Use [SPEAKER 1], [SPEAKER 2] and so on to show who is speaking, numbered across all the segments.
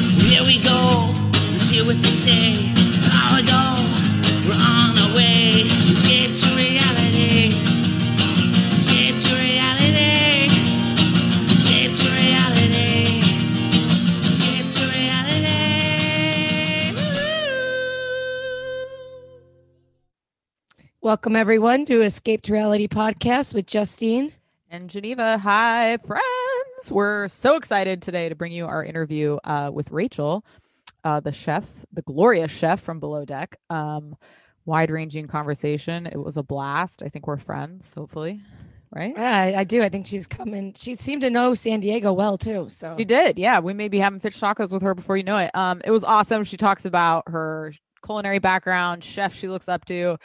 [SPEAKER 1] Here we go, let's hear what they say. An hour ago, we're on our way. Escape to reality. Escape to reality. Escape to reality. Escape to reality. Woo-hoo.
[SPEAKER 2] Welcome everyone to Escape to Reality podcast with Justine.
[SPEAKER 3] And Geneva, hi friends. We're so excited today to bring you our interview uh, with Rachel, uh, the chef, the glorious chef from Below Deck. Um, Wide ranging conversation. It was a blast. I think we're friends, hopefully, right?
[SPEAKER 2] I, I do. I think she's coming. She seemed to know San Diego well too. So
[SPEAKER 3] She did. Yeah. We may be having fish tacos with her before you know it. Um, it was awesome. She talks about her culinary background, chef she looks up to.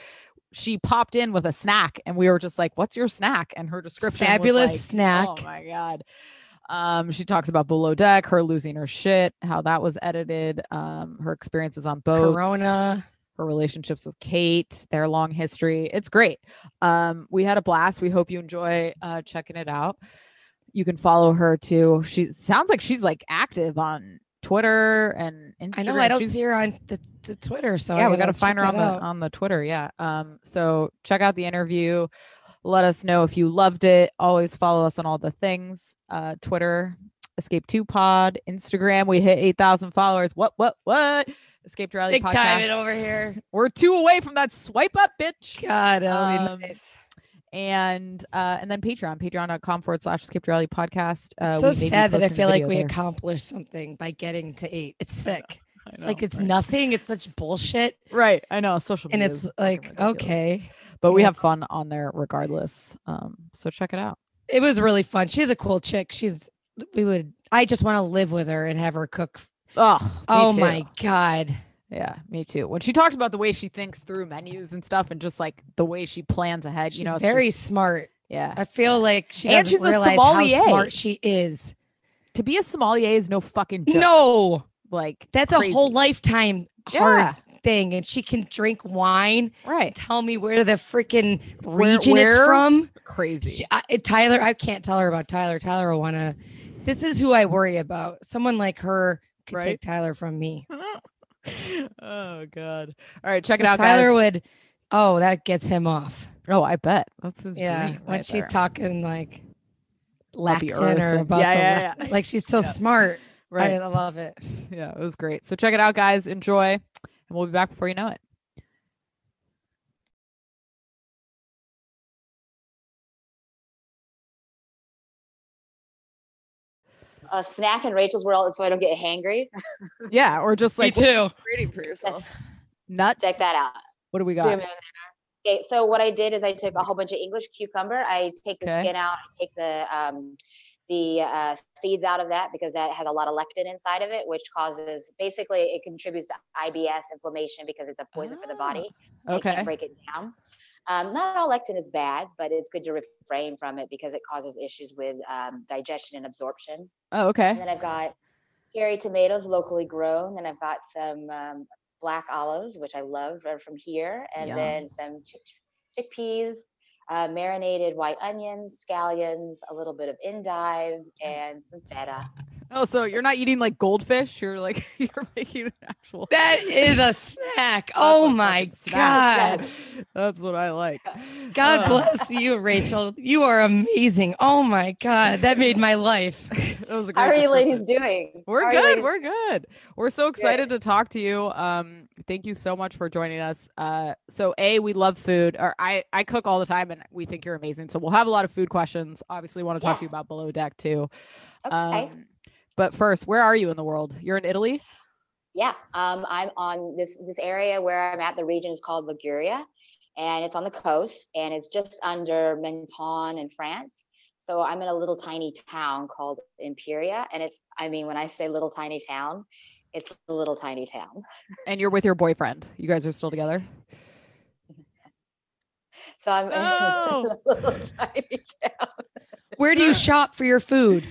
[SPEAKER 3] She popped in with a snack and we were just like, What's your snack? And her description
[SPEAKER 2] fabulous
[SPEAKER 3] was like,
[SPEAKER 2] snack.
[SPEAKER 3] Oh my god. Um, she talks about below deck, her losing her shit, how that was edited, um, her experiences on boats,
[SPEAKER 2] Corona.
[SPEAKER 3] her relationships with Kate, their long history. It's great. Um, we had a blast. We hope you enjoy uh, checking it out. You can follow her too. She sounds like she's like active on Twitter and Instagram.
[SPEAKER 2] I know I don't
[SPEAKER 3] She's-
[SPEAKER 2] see her on the, the Twitter. So I
[SPEAKER 3] yeah, we got to
[SPEAKER 2] check
[SPEAKER 3] find her on
[SPEAKER 2] that
[SPEAKER 3] the
[SPEAKER 2] out.
[SPEAKER 3] on the Twitter. Yeah. Um. So check out the interview. Let us know if you loved it. Always follow us on all the things. Uh, Twitter, Escape Two Pod, Instagram. We hit eight thousand followers. What? What? What? Escape Rally
[SPEAKER 2] big
[SPEAKER 3] Podcast.
[SPEAKER 2] time it over here.
[SPEAKER 3] We're two away from that swipe up, bitch.
[SPEAKER 2] God, that'll
[SPEAKER 3] Um,
[SPEAKER 2] be nice.
[SPEAKER 3] And uh, and then Patreon, patreon.com forward slash Escape Rally Podcast. Uh,
[SPEAKER 2] so
[SPEAKER 3] we may be
[SPEAKER 2] sad that I
[SPEAKER 3] posting a
[SPEAKER 2] feel like
[SPEAKER 3] video
[SPEAKER 2] we
[SPEAKER 3] there.
[SPEAKER 2] accomplished something by getting to eight. It's sick.
[SPEAKER 3] I
[SPEAKER 2] It's like
[SPEAKER 3] know,
[SPEAKER 2] it's
[SPEAKER 3] right?
[SPEAKER 2] nothing. It's such bullshit.
[SPEAKER 3] right. I know social
[SPEAKER 2] And
[SPEAKER 3] media
[SPEAKER 2] it's
[SPEAKER 3] is fucking
[SPEAKER 2] like,
[SPEAKER 3] ridiculous.
[SPEAKER 2] okay.
[SPEAKER 3] but we
[SPEAKER 2] yeah.
[SPEAKER 3] have fun on there regardless. Um, so check it out.
[SPEAKER 2] It was really fun. She's a cool chick. She's we would I just want to live with her and have her cook.
[SPEAKER 3] Oh, me
[SPEAKER 2] Oh
[SPEAKER 3] too.
[SPEAKER 2] my god.
[SPEAKER 3] Yeah, me too. When she talked about the way she thinks through menus and stuff, and just like the way she plans ahead,
[SPEAKER 2] She's
[SPEAKER 3] you know, it's
[SPEAKER 2] very
[SPEAKER 3] just-
[SPEAKER 2] smart.
[SPEAKER 3] yeah.
[SPEAKER 2] I feel like she
[SPEAKER 3] And
[SPEAKER 2] doesn't
[SPEAKER 3] she's a
[SPEAKER 2] realize
[SPEAKER 3] sommelier.
[SPEAKER 2] how smart she is.
[SPEAKER 3] To be a sommelier is no fucking joke.
[SPEAKER 2] No,
[SPEAKER 3] like
[SPEAKER 2] that's a whole lifetime hard
[SPEAKER 3] Yeah,
[SPEAKER 2] thing. And she can drink wine.
[SPEAKER 3] right.
[SPEAKER 2] Tell me where the freaking
[SPEAKER 3] Where-
[SPEAKER 2] region it's
[SPEAKER 3] where?
[SPEAKER 2] from.
[SPEAKER 3] Crazy.
[SPEAKER 2] She- I, I- Tyler, I can't tell her about Tyler. Tyler will want to. This is who I worry about. Someone like her could
[SPEAKER 3] Right?
[SPEAKER 2] take Tyler from me.
[SPEAKER 3] oh god. All right, check it
[SPEAKER 2] 'Cause
[SPEAKER 3] out,
[SPEAKER 2] Tyler
[SPEAKER 3] guys.
[SPEAKER 2] would. Oh, that gets him off.
[SPEAKER 3] oh, I bet that's his
[SPEAKER 2] yeah,
[SPEAKER 3] dream.
[SPEAKER 2] when
[SPEAKER 3] right
[SPEAKER 2] she's
[SPEAKER 3] there.
[SPEAKER 2] talking like
[SPEAKER 3] About the
[SPEAKER 2] lactin
[SPEAKER 3] earth
[SPEAKER 2] or
[SPEAKER 3] and-
[SPEAKER 2] about
[SPEAKER 3] Yeah,
[SPEAKER 2] the
[SPEAKER 3] yeah,
[SPEAKER 2] lac-
[SPEAKER 3] yeah.
[SPEAKER 2] like she's so
[SPEAKER 3] Yeah.
[SPEAKER 2] smart.
[SPEAKER 3] right.
[SPEAKER 2] I love it.
[SPEAKER 3] yeah, it was great. So check it out, guys. Enjoy, and we'll be back before you know it.
[SPEAKER 4] a snack in Rachel's world so I don't get hangry.
[SPEAKER 3] Yeah, or just like
[SPEAKER 2] too.
[SPEAKER 3] creating for yourself.
[SPEAKER 4] That's-
[SPEAKER 3] Nuts.
[SPEAKER 4] Check that out.
[SPEAKER 3] What do we
[SPEAKER 4] Zoom in
[SPEAKER 3] got?
[SPEAKER 4] there. Okay, so what I did is I took a whole bunch of English cucumber. I take the
[SPEAKER 3] Okay.
[SPEAKER 4] skin out. I take the um, the uh, seeds out of that because that has a lot of lectin inside of it, which causes basically it contributes to IBS inflammation because it's a poison for the body. They
[SPEAKER 3] Oh, Okay.
[SPEAKER 4] can't break it down. Um, not all lectin is bad, but it's good to refrain from it because it causes issues with um, digestion and absorption.
[SPEAKER 3] Oh,
[SPEAKER 4] And
[SPEAKER 3] okay.
[SPEAKER 4] then I've got cherry tomatoes, locally grown. Then I've got some um, black olives, which I love are from here. And
[SPEAKER 3] Yum.
[SPEAKER 4] then some chick- chickpeas, uh, marinated white onions, scallions, a little bit of endive, and some feta.
[SPEAKER 3] Oh, so you're not eating like goldfish. You're like you're making an actual.
[SPEAKER 2] That is a snack.
[SPEAKER 3] That's
[SPEAKER 2] Oh
[SPEAKER 3] a
[SPEAKER 2] my
[SPEAKER 3] fucking snack.
[SPEAKER 2] god.
[SPEAKER 3] That's what I like.
[SPEAKER 2] God
[SPEAKER 3] Uh,
[SPEAKER 2] bless you, Rachel. You are amazing. Oh my god, that made my life.
[SPEAKER 3] That was a great
[SPEAKER 4] How are you ladies
[SPEAKER 3] description.
[SPEAKER 4] doing? How
[SPEAKER 3] We're
[SPEAKER 4] are you
[SPEAKER 3] good.
[SPEAKER 4] ladies-
[SPEAKER 3] We're good. We're so excited to talk to you. Um, thank you so much for joining us. Uh, so a we love food, or I I cook all the time, and we think you're amazing. So we'll have a lot of food questions. Obviously, want to talk to you
[SPEAKER 4] Yes.
[SPEAKER 3] about below deck too.
[SPEAKER 4] Okay.
[SPEAKER 3] Um, but first, where are you in the world? You're in Italy.
[SPEAKER 4] Yeah, um, I'm on this this area where I'm at. The region is called Liguria, and it's on the coast, and it's just under Menton in France. So I'm in a little tiny town called Imperia, and it's I mean when I say little tiny town, it's a little tiny town.
[SPEAKER 3] and you're with your boyfriend. You guys are still together.
[SPEAKER 4] So I'm
[SPEAKER 3] No.
[SPEAKER 4] in a little tiny town.
[SPEAKER 2] Where do you shop for your food?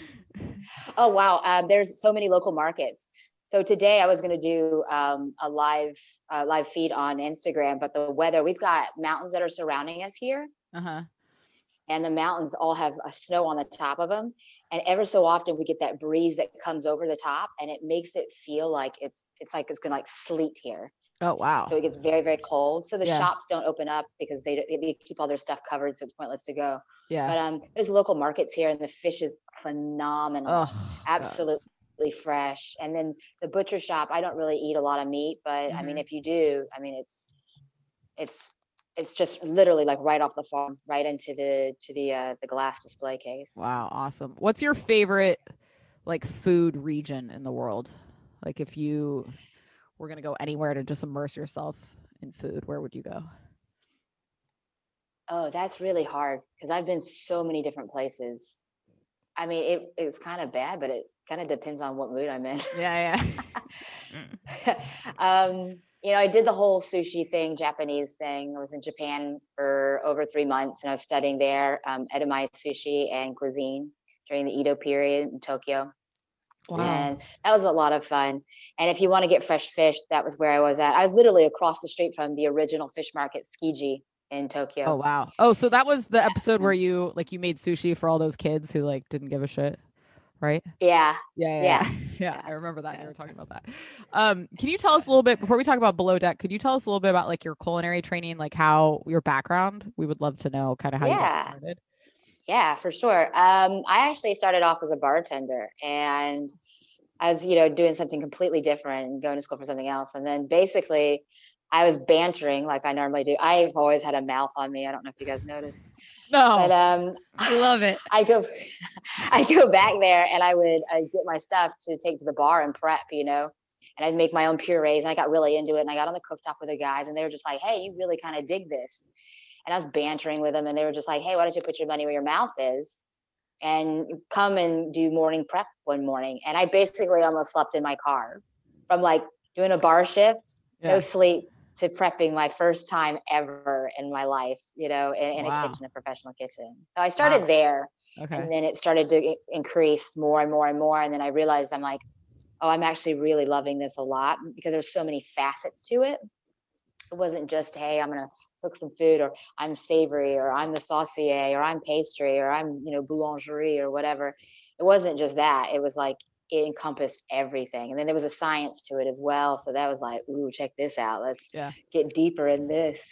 [SPEAKER 4] Oh wow, uh, there's so many local markets. So today I was going to do um, a live uh, live feed on Instagram, but the weather we've got mountains that are surrounding us here.
[SPEAKER 3] Uh huh.
[SPEAKER 4] and the mountains all have a snow on the top of them and ever so often we get that breeze that comes over the top and it makes it feel like it's it's like it's gonna like sleet here
[SPEAKER 3] Oh wow.
[SPEAKER 4] so it gets very very cold so the
[SPEAKER 3] Yeah.
[SPEAKER 4] shops don't open up because they, they keep all their stuff covered so it's pointless to go
[SPEAKER 3] yeah.
[SPEAKER 4] but um there's local markets here and the fish is phenomenal
[SPEAKER 3] Oh,
[SPEAKER 4] um, absolutely fresh and then the butcher shop i don't really eat a lot of meat but i mean
[SPEAKER 3] Mhm.
[SPEAKER 4] if you do i mean it's it's it's just literally like right off the farm right into the to the uh the glass display case
[SPEAKER 3] Wow, awesome. What's your favorite like food region in the world? Like if you were gonna go anywhere to just immerse yourself in food, where would you go?
[SPEAKER 4] oh that's really hard because i've been so many different places i mean it, it's kind of bad but it kind of depends on what mood i'm in
[SPEAKER 3] Yeah, yeah.
[SPEAKER 4] um, you know, I did the whole sushi thing, Japanese thing. I was in Japan for over three months and I was studying there, um, edamame sushi and cuisine during the Edo period in Tokyo.
[SPEAKER 2] Wow.
[SPEAKER 4] And that was a lot of fun. And if you want to get fresh fish, that was where I was at. I was literally across the street from the original fish market, Tsukiji in Tokyo.
[SPEAKER 3] Oh wow. Oh, so that was the episode where you like you made sushi for all those kids who like didn't give a shit, right?
[SPEAKER 4] Yeah.
[SPEAKER 3] Yeah, yeah,
[SPEAKER 4] Yeah.
[SPEAKER 3] yeah. Yeah,
[SPEAKER 4] Yeah.
[SPEAKER 3] I remember that. You
[SPEAKER 4] Yeah.
[SPEAKER 3] were talking about that. Um, can you tell us a little bit before we talk about below deck? Could you tell us a little bit about like your culinary training, like how your background? We would love to know kind of how you got
[SPEAKER 4] Yeah.
[SPEAKER 3] started.
[SPEAKER 4] Yeah, for sure. Um, I actually started off as a bartender and I was, you know, doing something completely different and going to school for something else. And then basically I was bantering like I normally do. I've always had a mouth on me. I don't know if you guys noticed.
[SPEAKER 3] No,
[SPEAKER 4] But um
[SPEAKER 2] We love it.
[SPEAKER 4] I go I go back there and I would I get my stuff to take to the bar and prep, you know. And I'd make my own purees and I got really into it and I got on the cooktop with the guys and they were just like, "Hey, you really kind of dig this." And I was bantering with them and they were just like, "Hey, why don't you put your money where your mouth is?" And come and do morning prep one morning. And I basically almost slept in my car from like doing a bar shift,
[SPEAKER 3] Yeah.
[SPEAKER 4] no sleep to prepping my first time ever in my life, you know, in, in
[SPEAKER 3] Wow.
[SPEAKER 4] a kitchen, a professional kitchen. So I started there
[SPEAKER 3] okay.
[SPEAKER 4] and then it started to i- increase more and more and more and then i realized i'm like oh i'm actually really loving this a lot because there's so many facets to it it wasn't just hey i'm gonna cook some food or i'm savory or i'm the saucier or i'm pastry or i'm you know boulangerie or whatever it wasn't just that it was like it encompassed everything and then there was a science to it as well so that was like ooh check this out let's
[SPEAKER 3] Yeah.
[SPEAKER 4] get deeper in this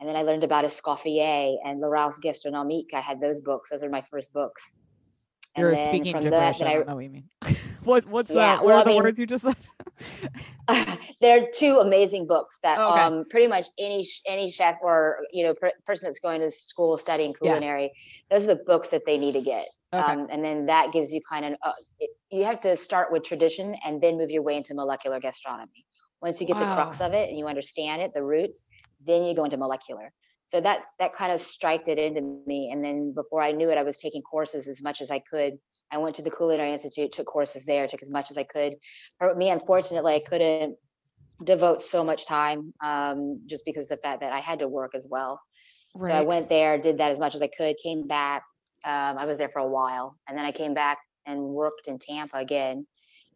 [SPEAKER 4] and then I learned about Escoffier and Laurence Gastronomique. I had those books. Those are my first books. And
[SPEAKER 3] You're
[SPEAKER 4] then
[SPEAKER 3] speaking
[SPEAKER 4] from
[SPEAKER 3] gibberish.
[SPEAKER 4] that,
[SPEAKER 3] I, don't know what you mean. what what's
[SPEAKER 4] Yeah,
[SPEAKER 3] that? What
[SPEAKER 4] well,
[SPEAKER 3] are
[SPEAKER 4] I
[SPEAKER 3] the
[SPEAKER 4] mean-
[SPEAKER 3] words you just said?
[SPEAKER 4] I, there are two amazing books that
[SPEAKER 3] Oh, Okay.
[SPEAKER 4] um, pretty much any sh- any chef or you know per- person that's going to school studying
[SPEAKER 3] Yeah.
[SPEAKER 4] culinary, those are the books that they need to get.
[SPEAKER 3] okay.
[SPEAKER 4] Um, and then that gives you kind of uh, it, you have to start with tradition and then move your way into molecular gastronomy. Once you get the crux
[SPEAKER 2] Wow.
[SPEAKER 4] of it and you understand it, the roots, then you go into molecular. So that's that kind of striked it into me. And then before I knew it, I was taking courses as much as I could. I went to the Culinary Institute, took courses there, took as much as I could. For me, unfortunately, I couldn't devote so much time um, just because of the fact that I had to work as well. So I
[SPEAKER 2] Right.
[SPEAKER 4] went there, did that as much as I could, came back. Um, I was there for a while, and then I came back and worked in Tampa again.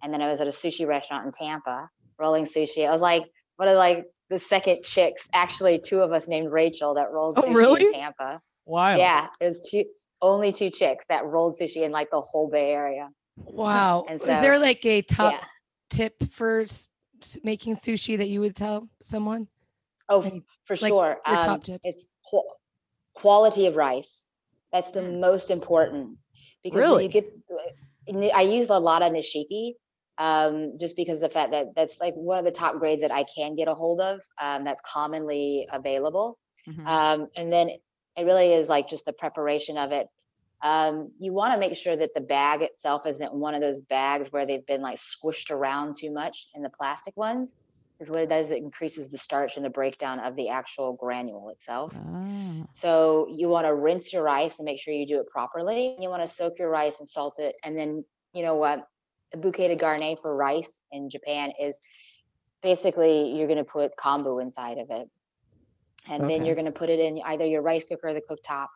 [SPEAKER 4] And then I was at a sushi restaurant in Tampa, rolling sushi. I was like, one of like the second chicks, actually two of us named Rachel that rolled
[SPEAKER 3] Oh,
[SPEAKER 4] sushi
[SPEAKER 3] really?
[SPEAKER 4] in Tampa.
[SPEAKER 3] Wild.
[SPEAKER 4] Yeah, it was two only two chicks that rolled sushi in like the whole Bay Area.
[SPEAKER 2] Wow.
[SPEAKER 4] And
[SPEAKER 2] Is
[SPEAKER 4] so-
[SPEAKER 2] there like a top
[SPEAKER 4] Yeah.
[SPEAKER 2] tip for s- s- making sushi that you would tell someone?
[SPEAKER 4] Oh, f-
[SPEAKER 2] Any-
[SPEAKER 4] for
[SPEAKER 2] like,
[SPEAKER 4] sure. um,
[SPEAKER 2] your top tips?
[SPEAKER 4] It's qu- quality of rice. That's the
[SPEAKER 3] Mm.
[SPEAKER 4] most important because when
[SPEAKER 3] Really?
[SPEAKER 4] you get. n- I use a lot of nishiki, um, just because the fact that that's like one of the top grades that I can get a hold of. Um, that's commonly available,
[SPEAKER 3] Mhm.
[SPEAKER 4] um, and then it really is like just the preparation of it. Um, you want to make sure that the bag itself isn't one of those bags where they've been like squished around too much in the plastic ones. Because what it does, it increases the starch and the breakdown of the actual granule itself.
[SPEAKER 3] Ah.
[SPEAKER 4] So you want to rinse your rice and make sure you do it properly. You want to soak your rice and salt it. And then, you know what? A bouquet de garnet for rice in Japan is basically you're going to put kombu inside of it. And then
[SPEAKER 3] Okay.
[SPEAKER 4] you're going to put it in either your rice cooker or the cooktop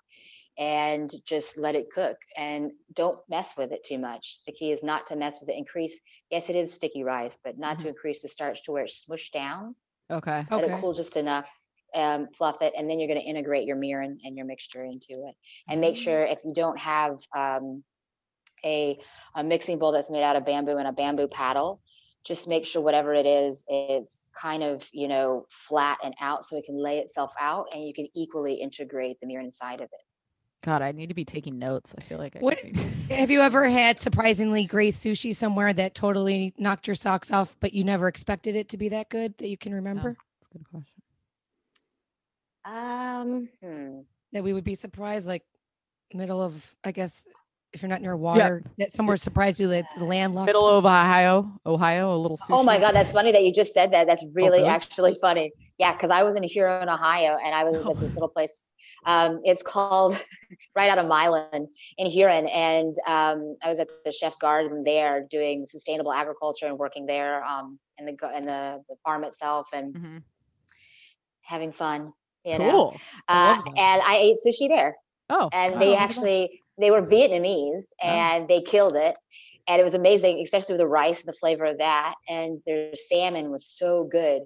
[SPEAKER 4] and just let it cook and don't mess with it too much. The key is not to mess with it. Increase, yes, it is sticky rice, but not to increase the starch to where it's smushed down,
[SPEAKER 3] Okay.
[SPEAKER 4] let it
[SPEAKER 2] Okay.
[SPEAKER 4] cool just enough. um, fluff it, and then you're going to integrate your mirin and your mixture into it, and make sure if you don't have um, a, a mixing bowl that's made out of bamboo and a bamboo paddle, just make sure whatever it is, it's kind of you know flat and out, so it can lay itself out, and you can equally integrate the mirin inside of it.
[SPEAKER 3] God, I need to be taking notes. I feel like I
[SPEAKER 2] What-
[SPEAKER 3] just need-
[SPEAKER 2] Have you ever had surprisingly great sushi somewhere that totally knocked your socks off, but you never expected it to be that good that you can remember?
[SPEAKER 3] That's a good question.
[SPEAKER 4] Um, hmm.
[SPEAKER 2] That we would be surprised, like middle of, I guess, if you're not near water, that somewhere surprised you that the landlocked.
[SPEAKER 3] Middle of Ohio, Ohio, a little. Sushi.
[SPEAKER 4] Oh my God, that's funny that you just said that. That's really,
[SPEAKER 3] Oh, really?
[SPEAKER 4] actually funny. Yeah, because I was in Huron, Ohio, and I was
[SPEAKER 3] Oh.
[SPEAKER 4] at this little place. Um, it's called right out of Milan in Huron, and um, I was at the Chef Garden there doing sustainable agriculture and working there um, in the gar- in the, the farm itself and
[SPEAKER 3] Mhm.
[SPEAKER 4] having fun. You know,
[SPEAKER 3] cool. I
[SPEAKER 4] uh,
[SPEAKER 3] love that.
[SPEAKER 4] and I ate sushi there
[SPEAKER 3] Oh,
[SPEAKER 4] and
[SPEAKER 3] wow.
[SPEAKER 4] they
[SPEAKER 3] Look at that.
[SPEAKER 4] actually they were Vietnamese
[SPEAKER 3] Wow.
[SPEAKER 4] and they killed it. And it was amazing, especially with the rice and the flavor of that. And their salmon was so good.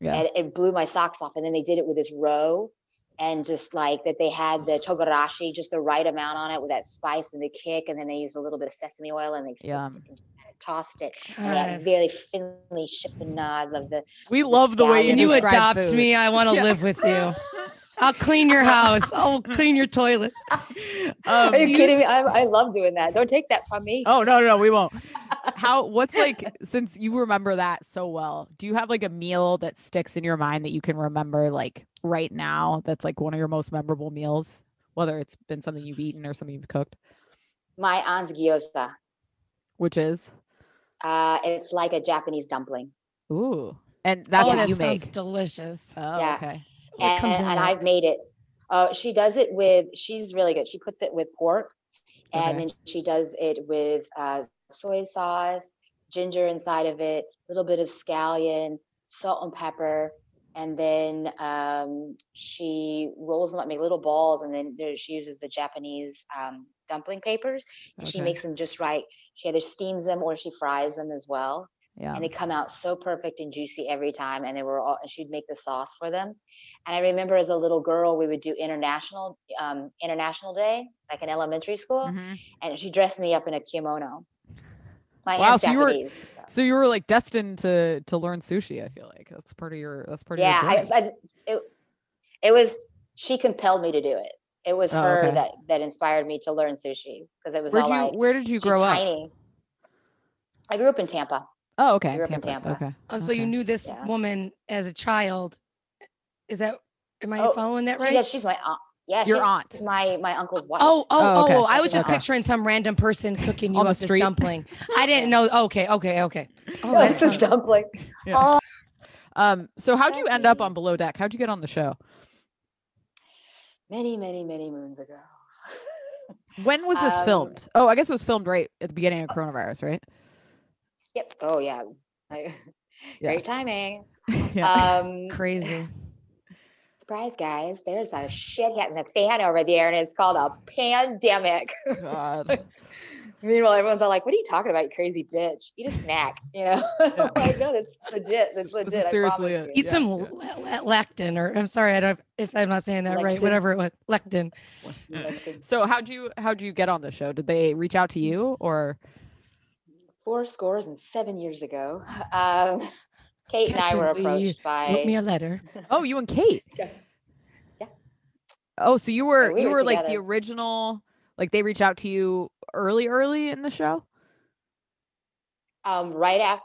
[SPEAKER 3] Yeah.
[SPEAKER 4] And it blew my socks off. And then they did it with this roe and just like that they had
[SPEAKER 3] Oh.
[SPEAKER 4] the togarashi, just the right amount on it with that spice and the kick. And then they used a little bit of sesame oil and they
[SPEAKER 3] Yum.
[SPEAKER 4] tossed it. And they had
[SPEAKER 2] God.
[SPEAKER 4] very thinly chiffonade of the
[SPEAKER 3] We love the way
[SPEAKER 4] scallion.
[SPEAKER 2] When
[SPEAKER 3] you,
[SPEAKER 2] you
[SPEAKER 3] describe
[SPEAKER 2] adopt
[SPEAKER 3] food.
[SPEAKER 2] me, I want to
[SPEAKER 3] Yeah.
[SPEAKER 2] live with you. I'll clean your house. I'll clean your toilets.
[SPEAKER 3] Um,
[SPEAKER 4] Are you kidding me? I, I love doing that. Don't take that from me.
[SPEAKER 3] Oh no, no, we won't. How? What's like? Since you remember that so well, do you have like a meal that sticks in your mind that you can remember like right now? That's like one of your most memorable meals, whether it's been something you've eaten or something you've cooked,
[SPEAKER 4] My aunt's gyoza.
[SPEAKER 3] which is
[SPEAKER 4] Uh, it's like a Japanese dumpling.
[SPEAKER 3] ooh, and that's
[SPEAKER 2] oh,
[SPEAKER 3] what
[SPEAKER 2] that
[SPEAKER 3] you
[SPEAKER 2] sounds
[SPEAKER 3] make.
[SPEAKER 2] delicious.
[SPEAKER 3] Oh,
[SPEAKER 4] Yeah.
[SPEAKER 3] okay.
[SPEAKER 2] What
[SPEAKER 4] and,
[SPEAKER 2] comes in that?
[SPEAKER 4] and I've made it. Uh, she does it with. She's really good. She puts it with pork, and
[SPEAKER 3] Okay.
[SPEAKER 4] then she does it with uh, soy sauce, ginger inside of it, a little bit of scallion, salt and pepper, and then um, she rolls them up, make little balls, and then there, she uses the Japanese um, dumpling papers, and she
[SPEAKER 3] Okay.
[SPEAKER 4] makes them just right. She either steams them or she fries them as well
[SPEAKER 3] Yeah.
[SPEAKER 4] and they come out so perfect and juicy every time. And they were all, and she'd make the sauce for them. And I remember as a little girl, we would do international, um, international day, like in elementary school,
[SPEAKER 3] Mhm.
[SPEAKER 4] and she dressed me up in a kimono. My
[SPEAKER 3] Wow,
[SPEAKER 4] aunt's
[SPEAKER 3] so you were-
[SPEAKER 4] Japanese. so-
[SPEAKER 3] So you were like destined to to learn sushi. I feel like that's part of your that's part
[SPEAKER 4] yeah,
[SPEAKER 3] of your
[SPEAKER 4] I,
[SPEAKER 3] journey.
[SPEAKER 4] I, it, it was. She compelled me to do it. It was
[SPEAKER 3] Oh,
[SPEAKER 4] her
[SPEAKER 3] okay.
[SPEAKER 4] that that inspired me to learn sushi because it was
[SPEAKER 3] Where'd
[SPEAKER 4] all
[SPEAKER 3] you
[SPEAKER 4] like
[SPEAKER 3] Where did you
[SPEAKER 4] she's
[SPEAKER 3] grow up?
[SPEAKER 4] tiny. I grew up in Tampa.
[SPEAKER 3] Oh, okay.
[SPEAKER 4] grew up in Tampa.
[SPEAKER 3] Okay.
[SPEAKER 2] Oh, so you
[SPEAKER 3] Okay.
[SPEAKER 2] knew this
[SPEAKER 4] Yeah.
[SPEAKER 2] woman as a child. Is that? Am I
[SPEAKER 4] Oh,
[SPEAKER 2] following that
[SPEAKER 4] She-
[SPEAKER 2] right?
[SPEAKER 4] Yeah, she's my aunt. Yeah,
[SPEAKER 3] Your
[SPEAKER 4] she's
[SPEAKER 3] aunt.
[SPEAKER 4] my my uncle's wife.
[SPEAKER 2] Oh, oh,
[SPEAKER 3] Oh,
[SPEAKER 2] oh,
[SPEAKER 3] okay.
[SPEAKER 2] I was
[SPEAKER 4] That's
[SPEAKER 2] just
[SPEAKER 4] okay.
[SPEAKER 2] picturing some random person cooking you
[SPEAKER 3] On the
[SPEAKER 2] up this
[SPEAKER 3] street.
[SPEAKER 2] dumpling. I didn't know. Okay, okay, okay. Oh,
[SPEAKER 4] No,
[SPEAKER 2] that
[SPEAKER 4] it's a
[SPEAKER 2] sounds-
[SPEAKER 4] dumpling.
[SPEAKER 3] Yeah.
[SPEAKER 4] Oh,
[SPEAKER 3] Um, so how'd you end up
[SPEAKER 4] Fascinating.
[SPEAKER 3] on Below Deck? How'd you get on the show?
[SPEAKER 4] many, many, many moons ago.
[SPEAKER 3] When was this
[SPEAKER 4] Um,
[SPEAKER 3] filmed? Oh, I guess it was filmed right at the beginning of coronavirus, right?
[SPEAKER 4] yep. Oh yeah. I-
[SPEAKER 3] Yeah.
[SPEAKER 4] Great timing.
[SPEAKER 3] yeah.
[SPEAKER 4] Um,
[SPEAKER 2] crazy.
[SPEAKER 4] surprise, guys! There's a shit hitting the fan over there, and it's called a pandemic.
[SPEAKER 3] God.
[SPEAKER 4] Meanwhile, everyone's all like, "What are you talking about, you crazy bitch? Eat a snack." You know?
[SPEAKER 3] Yeah.
[SPEAKER 4] like, no, that's legit. That's legit. I
[SPEAKER 3] seriously
[SPEAKER 4] promise
[SPEAKER 3] it.
[SPEAKER 4] you.
[SPEAKER 2] Eat
[SPEAKER 3] yeah,
[SPEAKER 2] some
[SPEAKER 3] yeah.
[SPEAKER 2] la- la- lactin, or I'm sorry, I don't if I'm not saying that right.
[SPEAKER 4] Lectin.
[SPEAKER 2] Whatever it was, lectin.
[SPEAKER 4] Like,
[SPEAKER 3] So how'd you how'd you get on the show? Did they reach out to you or
[SPEAKER 4] Four scores and seven years ago, um, Kate and I
[SPEAKER 2] Captain
[SPEAKER 4] were
[SPEAKER 2] Lee
[SPEAKER 4] approached
[SPEAKER 2] Wrote me
[SPEAKER 4] by.
[SPEAKER 2] a letter.
[SPEAKER 3] Oh, you and Kate.
[SPEAKER 4] Yeah.
[SPEAKER 3] Oh, so you were
[SPEAKER 4] we
[SPEAKER 3] you
[SPEAKER 4] were
[SPEAKER 3] were like the
[SPEAKER 4] together.
[SPEAKER 3] original like they reached out to you early early in the show?
[SPEAKER 4] Um, right after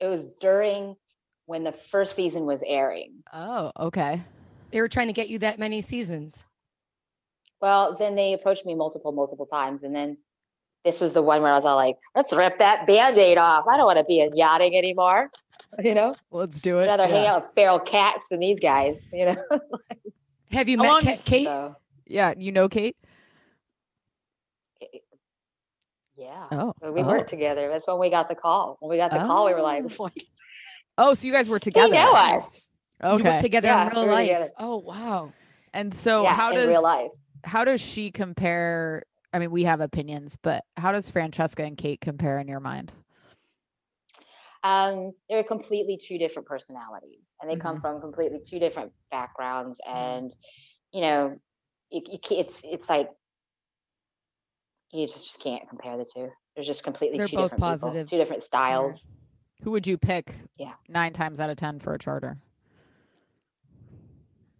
[SPEAKER 4] it was during when the first season was airing.
[SPEAKER 3] Oh, okay.
[SPEAKER 2] They were trying to get you that many seasons.
[SPEAKER 4] Well, then they approached me multiple, multiple times. And then this was the one where I was all like, let's rip that band aid off. I don't want to be in yachting anymore. You know,
[SPEAKER 3] Let's do
[SPEAKER 4] I'd
[SPEAKER 3] it.
[SPEAKER 4] rather hang
[SPEAKER 3] yeah.
[SPEAKER 4] out with feral cats than these guys, you know?
[SPEAKER 2] Have you
[SPEAKER 4] Oh,
[SPEAKER 3] How
[SPEAKER 2] met
[SPEAKER 3] long-
[SPEAKER 2] Ka- Kate?
[SPEAKER 4] So,
[SPEAKER 3] yeah, you know Kate?
[SPEAKER 4] yeah.
[SPEAKER 3] Oh.
[SPEAKER 4] But we
[SPEAKER 3] oh.
[SPEAKER 4] worked together. That's when we got the call. When we got the call, we were like,
[SPEAKER 3] Oh. Oh, so you guys were
[SPEAKER 4] they
[SPEAKER 3] together.
[SPEAKER 4] know us.
[SPEAKER 2] You worked
[SPEAKER 3] Okay.
[SPEAKER 2] together
[SPEAKER 4] Yeah,
[SPEAKER 2] in real
[SPEAKER 4] we were
[SPEAKER 2] life.
[SPEAKER 4] together.
[SPEAKER 2] Oh wow.
[SPEAKER 3] And so
[SPEAKER 4] yeah,
[SPEAKER 3] how
[SPEAKER 4] in
[SPEAKER 3] does
[SPEAKER 4] real life.
[SPEAKER 3] how does she compare? I mean, we have opinions, but how does Francesca and Kate compare in your mind?
[SPEAKER 4] um, they're completely two different personalities and they
[SPEAKER 3] Mhm.
[SPEAKER 2] Mm-hmm.
[SPEAKER 4] come from completely two different backgrounds and you know you, you, ca- it's it's like you just, just can't compare the two they're just completely
[SPEAKER 2] They're
[SPEAKER 4] two
[SPEAKER 2] both
[SPEAKER 4] different people,
[SPEAKER 2] positive.
[SPEAKER 4] two different styles
[SPEAKER 3] Who would you pick?
[SPEAKER 4] Yeah.
[SPEAKER 3] Nine times out of ten for a charter.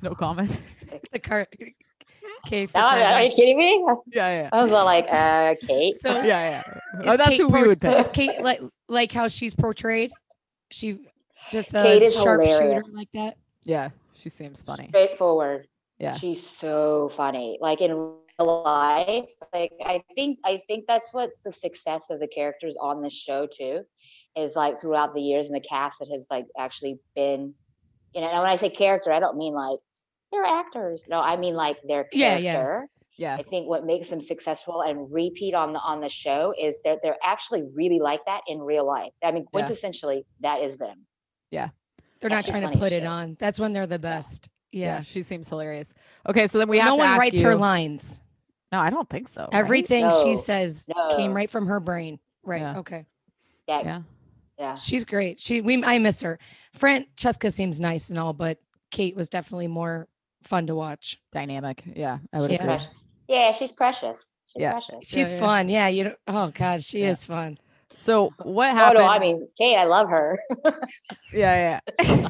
[SPEAKER 3] No comment.
[SPEAKER 2] The car. Okay. For
[SPEAKER 4] no, I mean, are
[SPEAKER 2] Tyler.
[SPEAKER 4] you kidding me
[SPEAKER 3] yeah,
[SPEAKER 4] i was all like uh kate
[SPEAKER 2] So
[SPEAKER 3] yeah, yeah.
[SPEAKER 2] is
[SPEAKER 3] Oh, that's
[SPEAKER 2] Kate
[SPEAKER 3] who we
[SPEAKER 2] por-
[SPEAKER 3] would pick.
[SPEAKER 2] Is Kate like like how she's portrayed? She just a
[SPEAKER 4] Kate is
[SPEAKER 2] sharpshooter
[SPEAKER 4] hilarious.
[SPEAKER 2] like that.
[SPEAKER 3] Yeah, she seems funny.
[SPEAKER 4] straightforward
[SPEAKER 3] Yeah.
[SPEAKER 4] she's so funny like in real life like i think i think that's what's the success of the characters on this show too is like throughout the years and the cast that has like actually been you know and when i say character i don't mean like they're actors no i mean like their
[SPEAKER 2] Yeah,
[SPEAKER 4] character
[SPEAKER 2] yeah.
[SPEAKER 3] Yeah,
[SPEAKER 4] i think what makes them successful and repeat on the on the show is that they're actually really like that in real life i mean
[SPEAKER 3] Yeah.
[SPEAKER 4] quintessentially that is them
[SPEAKER 2] They're
[SPEAKER 4] Yeah,
[SPEAKER 2] not
[SPEAKER 4] she's
[SPEAKER 2] trying to
[SPEAKER 4] funny as
[SPEAKER 2] put it
[SPEAKER 4] shit.
[SPEAKER 2] on. That's when they're the best.
[SPEAKER 3] yeah,
[SPEAKER 2] Yeah.
[SPEAKER 3] she seems hilarious. Okay, so then we have
[SPEAKER 2] no
[SPEAKER 3] to
[SPEAKER 2] one
[SPEAKER 3] ask
[SPEAKER 2] writes her
[SPEAKER 3] you-
[SPEAKER 2] lines.
[SPEAKER 3] No, I don't think so. right?
[SPEAKER 2] Everything she
[SPEAKER 4] No,
[SPEAKER 2] says came
[SPEAKER 4] no.
[SPEAKER 2] right from her brain. Right.
[SPEAKER 3] Yeah.
[SPEAKER 2] Okay.
[SPEAKER 4] that
[SPEAKER 3] Yeah.
[SPEAKER 4] yeah.
[SPEAKER 2] She's great. She we I miss her. Francesca seems nice and all, but Kate was definitely more fun to watch.
[SPEAKER 3] Dynamic. Yeah, I would
[SPEAKER 2] Yeah.
[SPEAKER 3] agree.
[SPEAKER 4] Precious. Yeah, she's precious. She's
[SPEAKER 3] Yeah.
[SPEAKER 4] precious.
[SPEAKER 2] She's
[SPEAKER 3] yeah.
[SPEAKER 2] fun. Yeah. You don't, oh God, she
[SPEAKER 3] Yeah.
[SPEAKER 2] is fun.
[SPEAKER 3] So what
[SPEAKER 4] Oh
[SPEAKER 3] happened?
[SPEAKER 4] no, I mean Kate, I love her.
[SPEAKER 3] yeah, yeah.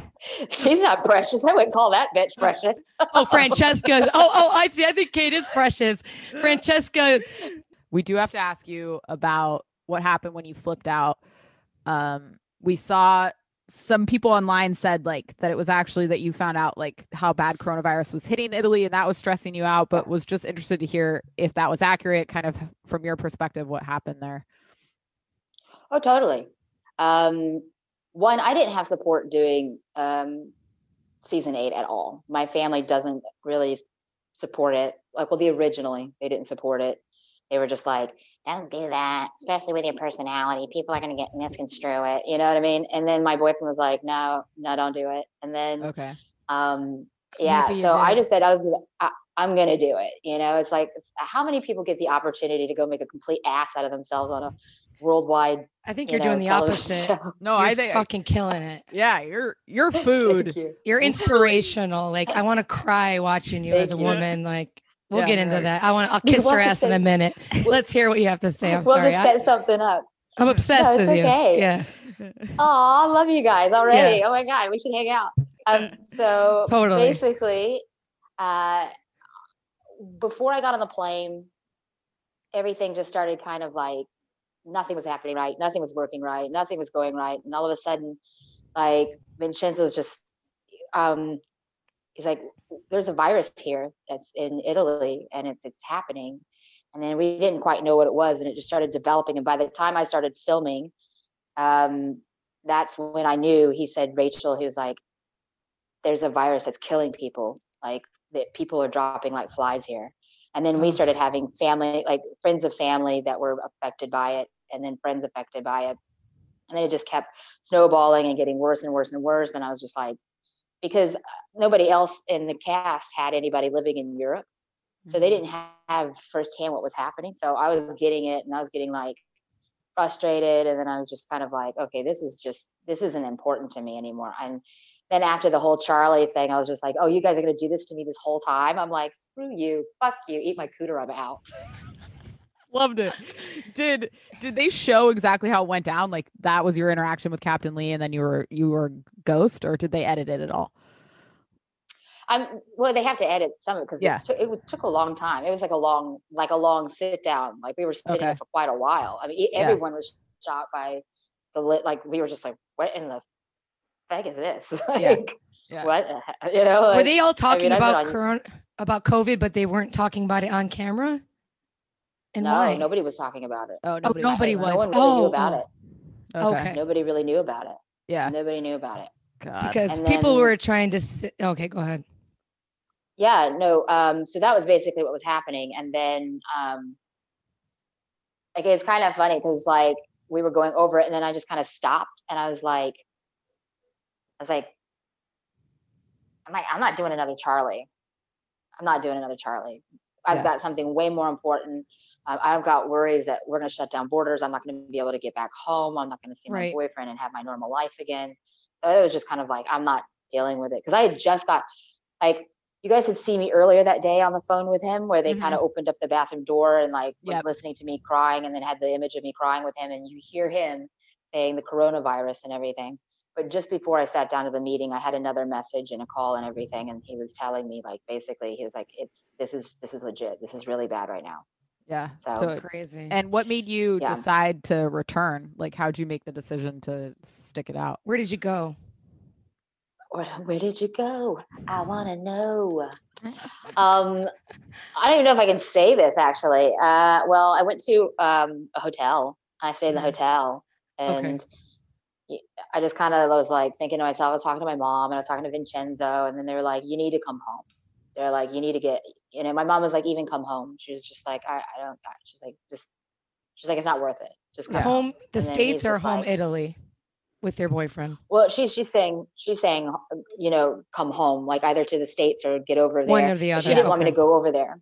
[SPEAKER 4] she's not precious. I wouldn't call that bitch precious.
[SPEAKER 2] Oh, Francesca. oh, oh, I see. I think Kate is precious. Francesca
[SPEAKER 3] we do have to ask you about what happened when you flipped out. Um, we saw some people online said like that it was actually that you found out like how bad coronavirus was hitting Italy and that was stressing you out, but was just interested to hear if that was accurate, kind of from your perspective, what happened there.
[SPEAKER 4] Oh, totally. Um, one, I didn't have support doing um, season eight at all. My family doesn't really support it. Like, well, the originally they didn't support it. They were just like, "Don't do that, especially with your personality. People are going to get misconstrue it." You know what I mean? And then my boyfriend was like, "No, no, don't do it." And then
[SPEAKER 3] Okay.
[SPEAKER 4] um
[SPEAKER 2] Maybe
[SPEAKER 4] yeah
[SPEAKER 2] you
[SPEAKER 4] so i
[SPEAKER 2] did.
[SPEAKER 4] just said i was just- I, i'm gonna do it you know it's like it's- how many people get the opportunity to go make a complete ass out of themselves on a worldwide
[SPEAKER 2] I think
[SPEAKER 4] you
[SPEAKER 2] you're doing
[SPEAKER 4] know,
[SPEAKER 2] the
[SPEAKER 4] television
[SPEAKER 2] opposite.
[SPEAKER 4] show?
[SPEAKER 3] No,
[SPEAKER 2] You're
[SPEAKER 3] Oh, I think
[SPEAKER 2] fucking killing it.
[SPEAKER 3] yeah, your your
[SPEAKER 4] Thank
[SPEAKER 3] food.
[SPEAKER 4] you.
[SPEAKER 2] You're inspirational. Like I want to cry watching you as a
[SPEAKER 4] Thank you.
[SPEAKER 2] woman. Like we'll
[SPEAKER 3] Yeah,
[SPEAKER 2] get into
[SPEAKER 3] right.
[SPEAKER 2] that. I want. I'll
[SPEAKER 4] We
[SPEAKER 2] kiss your
[SPEAKER 4] want to
[SPEAKER 2] ass in a
[SPEAKER 4] say-
[SPEAKER 2] minute. Let's hear what you have to say. I'm
[SPEAKER 4] we'll
[SPEAKER 2] sorry.
[SPEAKER 4] just
[SPEAKER 2] I,
[SPEAKER 4] set something up
[SPEAKER 2] I'm obsessed
[SPEAKER 4] it's
[SPEAKER 2] with you.
[SPEAKER 4] okay.
[SPEAKER 2] Yeah,
[SPEAKER 4] oh i love you guys already oh my god we should hang out um so
[SPEAKER 2] Totally.
[SPEAKER 4] basically uh before i got on the plane everything just started kind of like nothing was happening right nothing was working right nothing was going right and all of a sudden like vincenzo's just um he's like there's a virus here that's in italy and it's it's happening and then we didn't quite know what it was and it just started developing and by the time i started filming um that's when i knew he said rachel he was like there's a virus that's killing people like that people are dropping like flies here and then we
[SPEAKER 3] Ugh.
[SPEAKER 4] started having family like friends of family that were affected by it and then friends affected by it and then it just kept snowballing and getting worse and worse and worse and i was just like because uh, nobody else in the cast had anybody living in europe so they didn't ha- have firsthand what was happening so i was getting it and i was getting like frustrated and then i was just kind of like okay this is just this isn't important to me anymore and then after the whole charlie thing i was just like oh you guys are going to do this to me this whole time i'm like screw you fuck you eat my cooter i'm out
[SPEAKER 3] Loved it. Did did they show exactly how it went down? Like that was your interaction with Captain Lee, and then you were you were ghost, or did they edit it at all?
[SPEAKER 4] i'm well they have to edit some of it because
[SPEAKER 3] Yeah.
[SPEAKER 4] it, took, it would- took a long time it was like a long like a long sit down like we were sitting
[SPEAKER 3] Okay.
[SPEAKER 4] there for quite a while i mean e-
[SPEAKER 3] Yeah.
[SPEAKER 4] everyone was shot by the lit like we were just like what in the heck is this like
[SPEAKER 3] Yeah. Yeah.
[SPEAKER 4] what the he- you know like,
[SPEAKER 2] were they all talking
[SPEAKER 4] I've been
[SPEAKER 2] about
[SPEAKER 4] on-
[SPEAKER 2] corona, about COVID, but they weren't talking about it on camera? And
[SPEAKER 4] no
[SPEAKER 2] why?
[SPEAKER 4] nobody was talking about it
[SPEAKER 3] Oh,
[SPEAKER 2] nobody was.
[SPEAKER 4] no one really
[SPEAKER 2] Oh,
[SPEAKER 4] knew about
[SPEAKER 2] oh.
[SPEAKER 4] it
[SPEAKER 3] Okay.
[SPEAKER 2] Okay.
[SPEAKER 4] nobody really knew about it
[SPEAKER 3] Yeah.
[SPEAKER 4] nobody knew about it
[SPEAKER 3] God.
[SPEAKER 2] Because
[SPEAKER 4] And
[SPEAKER 2] people
[SPEAKER 4] then-
[SPEAKER 2] were trying to. s okay, go ahead.
[SPEAKER 4] yeah no um so that was basically what was happening and then um like it's kind of funny because like we were going over it and then i just kind of stopped and i was like i was like i'm like i'm not doing another charlie i'm not doing another charlie I've
[SPEAKER 3] Yeah.
[SPEAKER 4] got something way more important. Um, I've got worries that we're going to shut down borders. I'm not going to be able to get back home. I'm not going to see
[SPEAKER 2] Right.
[SPEAKER 4] my boyfriend and have my normal life again. So it was just kind of like, I'm not dealing with it. Because I had just got, like, you guys had seen me earlier that day on the phone with him where they kind of opened up the bathroom door and, like, was
[SPEAKER 3] Yep.
[SPEAKER 4] listening to me crying and then had the image of me crying with him. And you hear him saying the coronavirus and everything. But just before I sat down to the meeting, I had another message and a call and everything. And he was telling me, like, basically, he was like, it's this is this is legit. This is really bad right now.
[SPEAKER 3] Yeah.
[SPEAKER 4] So-
[SPEAKER 3] So,
[SPEAKER 2] Crazy.
[SPEAKER 3] and what made you
[SPEAKER 4] Yeah.
[SPEAKER 3] decide to return? Like, how'd you make the decision to stick it out?
[SPEAKER 2] Where did you go?
[SPEAKER 4] Where, where did you go? I want to know. Um, I don't even know if I can say this actually. Uh, well, I went to um, a hotel. I stayed in the
[SPEAKER 3] Mhm.
[SPEAKER 4] hotel
[SPEAKER 2] Okay.
[SPEAKER 4] and y- I just kind of was like thinking to myself, I was talking to my mom and I was talking to Vincenzo, and then they were like, You need to come home. They're like, You need to get, you know, my mom was like, Even come home. She was just like, I, I don't, I, she's like, Just, she's like, It's not worth it. Just come
[SPEAKER 2] It's
[SPEAKER 4] home.
[SPEAKER 2] Home. The
[SPEAKER 4] And then
[SPEAKER 2] states
[SPEAKER 4] he's
[SPEAKER 2] are
[SPEAKER 4] just
[SPEAKER 2] home
[SPEAKER 4] like-
[SPEAKER 2] Italy with their boyfriend.
[SPEAKER 4] Well, she's, she's saying, she's saying, you know, come home, like either to the States or get over there.
[SPEAKER 2] One or the
[SPEAKER 4] But
[SPEAKER 2] other.
[SPEAKER 4] She didn't want me
[SPEAKER 2] Okay.
[SPEAKER 4] to go over there.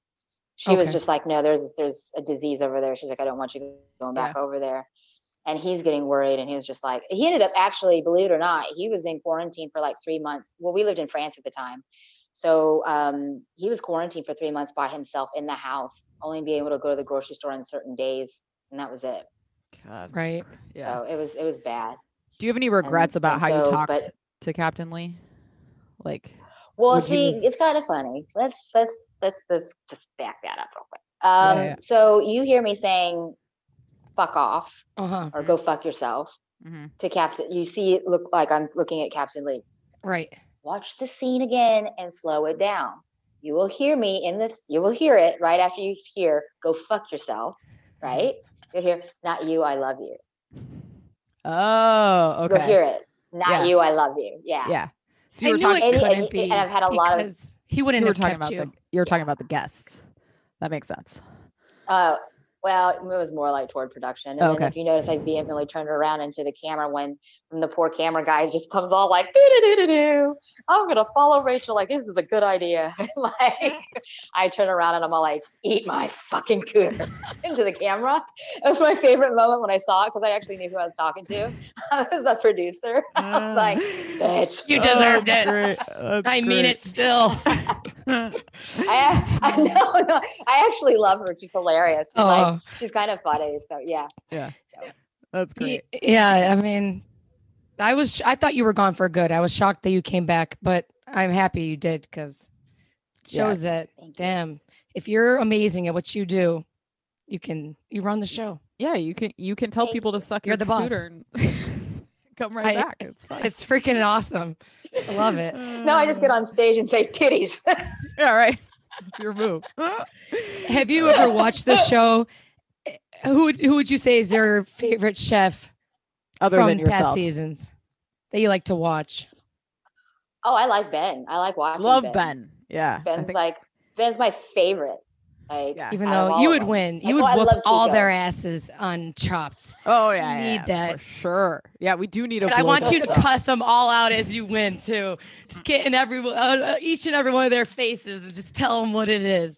[SPEAKER 4] She was
[SPEAKER 2] Okay.
[SPEAKER 4] just like, no, there's there's a disease over there. She's like, I don't want you going back over there. And he's getting worried, and he was just like, he ended up actually, believe it or not, he was in quarantine for like three months. Well, we lived in France at the time, so um, he was quarantined for three months by himself in the house, only being able to go to the grocery store on certain days, and that was it.
[SPEAKER 3] God.
[SPEAKER 2] Right.
[SPEAKER 3] Yeah.
[SPEAKER 4] So it was it was bad.
[SPEAKER 3] Do you have any regrets about
[SPEAKER 4] and
[SPEAKER 3] how you
[SPEAKER 4] so-
[SPEAKER 3] talked
[SPEAKER 4] but-
[SPEAKER 3] to Captain Lee? Like,
[SPEAKER 4] Well,
[SPEAKER 3] Would you
[SPEAKER 4] see,
[SPEAKER 3] have-
[SPEAKER 4] it's kind of funny. Let's let's let's let's just back that up real quick. Um,
[SPEAKER 3] yeah.
[SPEAKER 4] So you hear me saying, "Fuck off"
[SPEAKER 2] Uh huh.
[SPEAKER 4] or "Go fuck yourself"
[SPEAKER 2] Mm-hmm.
[SPEAKER 3] mhm.
[SPEAKER 4] to Captain. You see it look like I'm looking at Captain Lee.
[SPEAKER 2] Right.
[SPEAKER 4] Watch the scene again and slow it down. You will hear me in this. You will hear it right after you hear "Go fuck yourself," right?
[SPEAKER 3] Mm-hmm.
[SPEAKER 4] You'll hear "Not you, I love you."
[SPEAKER 3] oh,
[SPEAKER 4] You'll hear
[SPEAKER 3] okay.
[SPEAKER 4] it. Not
[SPEAKER 3] Yeah.
[SPEAKER 4] you, I love you. Yeah.
[SPEAKER 3] Yeah. So you
[SPEAKER 2] I
[SPEAKER 3] were
[SPEAKER 2] knew
[SPEAKER 3] talking.
[SPEAKER 2] it
[SPEAKER 4] And- and-
[SPEAKER 2] couldn't
[SPEAKER 4] and
[SPEAKER 2] be.
[SPEAKER 4] I've had a lot of-
[SPEAKER 2] because He wouldn't
[SPEAKER 3] You were
[SPEAKER 2] have
[SPEAKER 3] talking
[SPEAKER 2] kept
[SPEAKER 3] about
[SPEAKER 2] you.
[SPEAKER 3] the. You were talking about the guests. That makes sense.
[SPEAKER 4] Uh, well, it was more like toward production. And
[SPEAKER 3] Oh,
[SPEAKER 4] then
[SPEAKER 3] okay.
[SPEAKER 4] if you notice, I vehemently turned around into the camera when, when the poor camera guy just comes all like, "Doo-doo-doo-doo-doo. I'm going to follow Rachel. Like, this is a good idea. like, I turn around and I'm all like, eat my fucking cooter into the camera. It was my favorite moment when I saw it because I actually knew who I was talking to. I was a producer. I was like, bitch.
[SPEAKER 2] You deserved
[SPEAKER 3] Oh,
[SPEAKER 2] it.
[SPEAKER 3] it.
[SPEAKER 2] I mean it still.
[SPEAKER 4] I, I know, no, I actually love her. She's hilarious. She's, like,
[SPEAKER 2] oh,
[SPEAKER 4] she's kind of funny. So, yeah.
[SPEAKER 3] That's
[SPEAKER 2] y-
[SPEAKER 3] great.
[SPEAKER 2] yeah. I mean, I was. sh- I thought you were gone for good. I was shocked that you came back, but I'm happy you did because it
[SPEAKER 3] Yeah.
[SPEAKER 2] shows that.
[SPEAKER 4] Thank you.
[SPEAKER 2] Damn, if you're amazing at what you do, you can you run the show.
[SPEAKER 3] Yeah, you can you can tell
[SPEAKER 4] Thank
[SPEAKER 3] people to suck
[SPEAKER 2] You're
[SPEAKER 3] your
[SPEAKER 2] the boss.
[SPEAKER 3] computer and come right
[SPEAKER 2] I-
[SPEAKER 3] back. It's fine. Uh,
[SPEAKER 2] It's freaking awesome. I love it.
[SPEAKER 4] No, I just get on stage and say titties.
[SPEAKER 3] Yeah, right. It's your move. Have
[SPEAKER 2] Have you ever watched the show? Eh, Who would who would you say is your favorite chef
[SPEAKER 3] other
[SPEAKER 2] from
[SPEAKER 3] than
[SPEAKER 2] past
[SPEAKER 3] yourself?
[SPEAKER 2] seasons that you like to watch?
[SPEAKER 4] oh, I like Ben. I like watching.
[SPEAKER 3] Love
[SPEAKER 4] ben.
[SPEAKER 3] ben. Yeah. I
[SPEAKER 4] Ben's
[SPEAKER 3] think-
[SPEAKER 4] like Ben's my favorite. Like
[SPEAKER 3] Yeah.
[SPEAKER 2] Even
[SPEAKER 4] out of
[SPEAKER 2] though
[SPEAKER 4] all
[SPEAKER 2] you
[SPEAKER 4] of
[SPEAKER 2] would
[SPEAKER 4] them.
[SPEAKER 2] win, you
[SPEAKER 4] Like,
[SPEAKER 2] would
[SPEAKER 4] oh, I
[SPEAKER 2] whoop
[SPEAKER 4] love
[SPEAKER 2] all
[SPEAKER 4] Chico.
[SPEAKER 2] their asses on Chopped.
[SPEAKER 3] Oh yeah,
[SPEAKER 2] need
[SPEAKER 3] yeah, yeah,
[SPEAKER 2] that.
[SPEAKER 3] for sure. Yeah, we do need a.
[SPEAKER 2] And I want
[SPEAKER 3] global
[SPEAKER 2] you to
[SPEAKER 3] stuff.
[SPEAKER 2] cuss them all out as you win too. Just get in every uh, each and every one of their faces and just tell them what it is.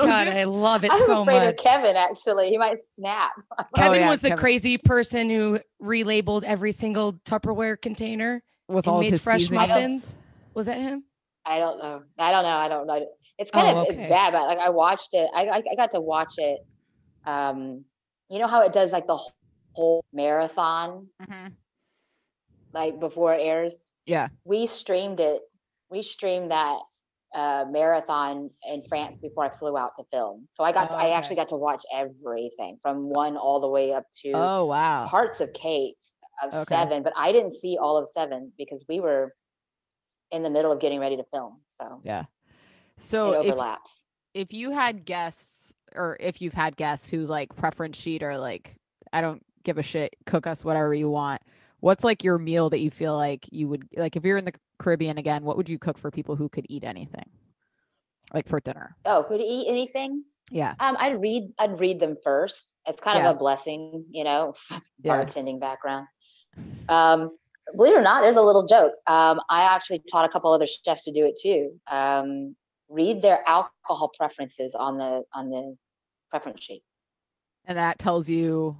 [SPEAKER 3] Oh,
[SPEAKER 2] God,
[SPEAKER 3] dude.
[SPEAKER 2] I love it
[SPEAKER 4] I'm
[SPEAKER 2] so
[SPEAKER 4] afraid
[SPEAKER 2] much.
[SPEAKER 4] of oh, Kevin. Actually, he might snap.
[SPEAKER 2] Kevin
[SPEAKER 3] yeah,
[SPEAKER 2] was the
[SPEAKER 3] Kevin.
[SPEAKER 2] crazy person who relabeled every single Tupperware container.
[SPEAKER 3] with
[SPEAKER 2] and
[SPEAKER 3] all of
[SPEAKER 2] made
[SPEAKER 3] his
[SPEAKER 2] fresh
[SPEAKER 3] seasonings.
[SPEAKER 2] muffins. Was that him?
[SPEAKER 4] I don't know. I don't know. I don't know. It's kind
[SPEAKER 2] Oh,
[SPEAKER 4] of
[SPEAKER 2] okay.
[SPEAKER 4] it's bad, but like I watched it. I, I I got to watch it. Um, you know how it does like the wh- whole marathon
[SPEAKER 3] Mm-hmm.
[SPEAKER 4] like before it airs.
[SPEAKER 3] Yeah.
[SPEAKER 4] we streamed it. We streamed that uh, marathon in France before I flew out to film. So I got,
[SPEAKER 3] Oh,
[SPEAKER 4] I actually
[SPEAKER 3] okay.
[SPEAKER 4] got to watch everything from one all the way up to
[SPEAKER 3] Oh wow.
[SPEAKER 4] parts of Kate's of
[SPEAKER 3] Okay.
[SPEAKER 4] seven, but I didn't see all of seven because we were in the middle of getting ready to film. So
[SPEAKER 3] Yeah.
[SPEAKER 4] it
[SPEAKER 3] So if
[SPEAKER 4] overlaps.
[SPEAKER 3] if you had guests or if you've had guests who like preference sheet or like I don't give a shit, cook us whatever you want. What's like your meal that you feel like you would like if you're in the Caribbean again, what would you cook for people who could eat anything? Like for dinner.
[SPEAKER 4] Oh, could he eat anything?
[SPEAKER 3] Yeah.
[SPEAKER 4] Um, I'd read, I'd read them first. It's kind
[SPEAKER 3] Yeah.
[SPEAKER 4] of a blessing, you know,
[SPEAKER 3] Yeah.
[SPEAKER 4] bartending background. Um, believe it or not, there's a little joke. Um, I actually taught a couple other chefs to do it too. Um, read their alcohol preferences on the on the preference sheet.
[SPEAKER 3] And that tells you